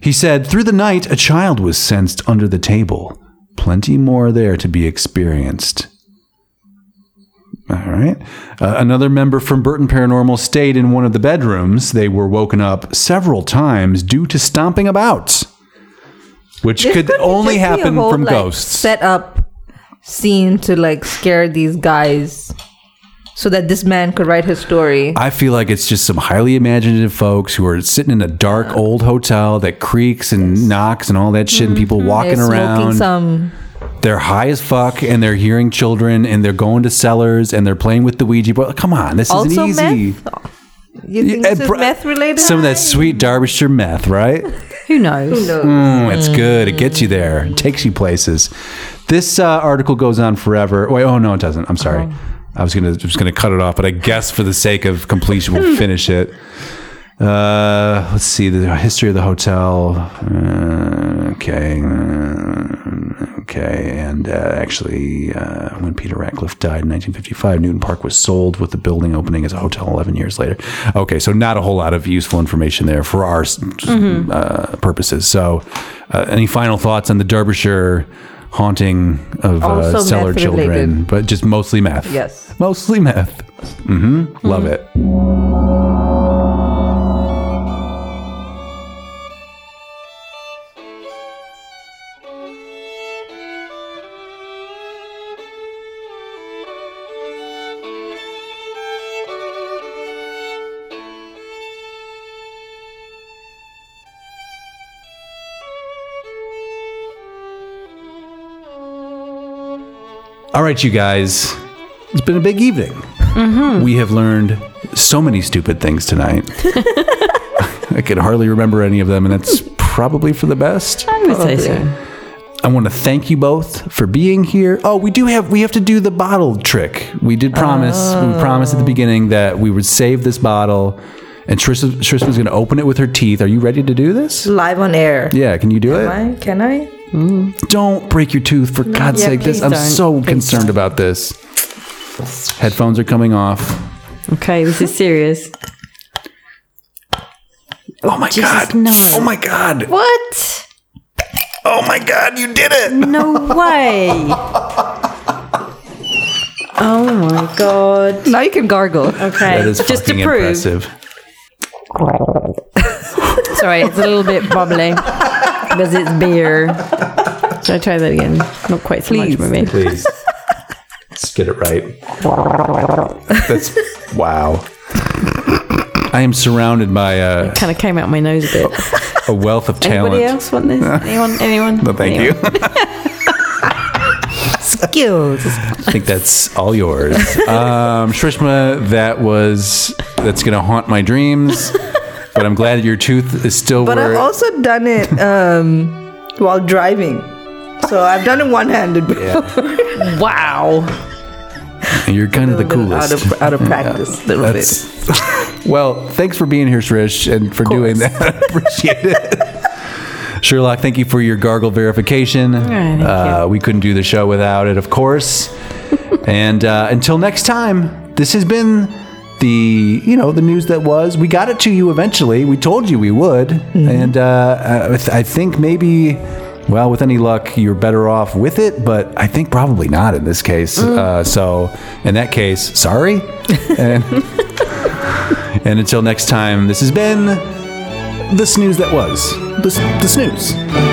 [SPEAKER 5] He said, Through the night, a child was sensed under the table. Plenty more there to be experienced. All right. Uh, another member from Burton Paranormal stayed in one of the bedrooms. They were woken up several times due to stomping about, which
[SPEAKER 9] This
[SPEAKER 5] could
[SPEAKER 9] be just
[SPEAKER 5] only
[SPEAKER 9] be a
[SPEAKER 5] happen
[SPEAKER 9] whole,
[SPEAKER 5] from
[SPEAKER 9] like,
[SPEAKER 5] ghosts.
[SPEAKER 9] Set up scene to like scare these guys so that this man could write his story.
[SPEAKER 5] I feel like it's just some highly imaginative folks who are sitting in a dark old hotel that creaks and knocks and all that shit, and people walking
[SPEAKER 9] They're
[SPEAKER 5] around.
[SPEAKER 9] Mm-hmm. Smoking some.
[SPEAKER 5] They're high as fuck, and they're hearing children, and they're going to cellars, and they're playing with the Ouija board. Come on, this
[SPEAKER 9] Also
[SPEAKER 5] isn't easy.
[SPEAKER 9] meth? You think
[SPEAKER 5] Yeah,
[SPEAKER 9] this is
[SPEAKER 5] bro-
[SPEAKER 9] meth related?
[SPEAKER 5] eh, Some of that sweet Derbyshire meth, right?
[SPEAKER 2] Who knows? Who knows?
[SPEAKER 5] Mm, it's good. It gets you there. It takes you places. This uh, article goes on forever. Wait, oh no, it doesn't. I'm sorry. I was gonna just gonna cut it off, but I guess for the sake of completion, we'll finish it. Uh, let's see the history of the hotel. Uh, okay, uh, okay, and uh, actually, uh, when Peter Ratcliffe died in 1955, Newton Park was sold with the building opening as a hotel 11 years later. Okay, so not a whole lot of useful information there for our s-
[SPEAKER 9] Mm-hmm.
[SPEAKER 5] uh, purposes. So, uh, any final thoughts on the Derbyshire haunting of uh,
[SPEAKER 9] Also
[SPEAKER 5] cellar
[SPEAKER 9] meth
[SPEAKER 5] children?
[SPEAKER 9] related.
[SPEAKER 5] But just mostly meth.
[SPEAKER 9] Yes.
[SPEAKER 5] mostly meth. Mm-hmm. Love it. All right, you guys. It's been a big evening.
[SPEAKER 2] Mm-hmm.
[SPEAKER 5] We have learned so many stupid things tonight. I can hardly remember any of them, and that's probably for the best.
[SPEAKER 2] I would say so.
[SPEAKER 5] I want to thank you both for being here. Oh, we do have we have to do the bottle trick. We did promise
[SPEAKER 2] Oh.
[SPEAKER 5] we promised at the beginning that we would save this bottle, and Trisha, Trisha was going to open it with her teeth. Are you ready to do this?
[SPEAKER 9] Live on air.
[SPEAKER 5] Yeah, can you do it? Mm.
[SPEAKER 9] I, can I?
[SPEAKER 5] Don't break your tooth for God's
[SPEAKER 2] yeah,
[SPEAKER 5] sake. This
[SPEAKER 2] please
[SPEAKER 5] I'm
[SPEAKER 2] don't.
[SPEAKER 5] so
[SPEAKER 2] Please
[SPEAKER 5] concerned about this. Headphones are coming off.
[SPEAKER 2] Okay, this is serious.
[SPEAKER 5] Oh my god.
[SPEAKER 2] no.
[SPEAKER 5] Oh my god.
[SPEAKER 2] What?
[SPEAKER 5] Oh my god, you did it.
[SPEAKER 2] No way. oh my god.
[SPEAKER 6] Now you can gargle.
[SPEAKER 2] Okay,
[SPEAKER 5] That is
[SPEAKER 2] just to
[SPEAKER 5] fucking
[SPEAKER 2] prove.
[SPEAKER 5] impressive.
[SPEAKER 2] Sorry, it's a little bit bubbly because it's beer. Should I try that again? Not quite so much, maybe.
[SPEAKER 5] Please. Let's get it right. That's wow. I am surrounded by uh, a,
[SPEAKER 2] Kind of came out my nose a bit.
[SPEAKER 5] a wealth of talent.
[SPEAKER 2] Anybody else want this? Anyone? Anyone?
[SPEAKER 5] No, thank
[SPEAKER 2] Anyone?
[SPEAKER 5] you.
[SPEAKER 9] Skills.
[SPEAKER 5] I think that's all yours. Um, Shrishma, that was that's gonna haunt my dreams. But I'm glad your tooth is still
[SPEAKER 10] But
[SPEAKER 5] where
[SPEAKER 10] I've also done it um, while driving. So I've done it one-handed before.
[SPEAKER 2] Wow.
[SPEAKER 5] you're kind of the coolest.
[SPEAKER 10] Out of, out of practice, a little bit.
[SPEAKER 5] That's- well, thanks for being here, Shrish, and for doing that. I appreciate it. Sherlock, thank you for your gargle verification.
[SPEAKER 2] thank
[SPEAKER 5] uh, we couldn't do the show without it, of course. and uh, until next time, this has been the you know the news that was. We got it to you eventually. We told you we would, and uh, I, th- I think maybe. Well, with any luck, you're better off with it, but I think probably not in this case. Uh, so, in that case, sorry. And- and until next time, this has been the snooze that was the, the snooze.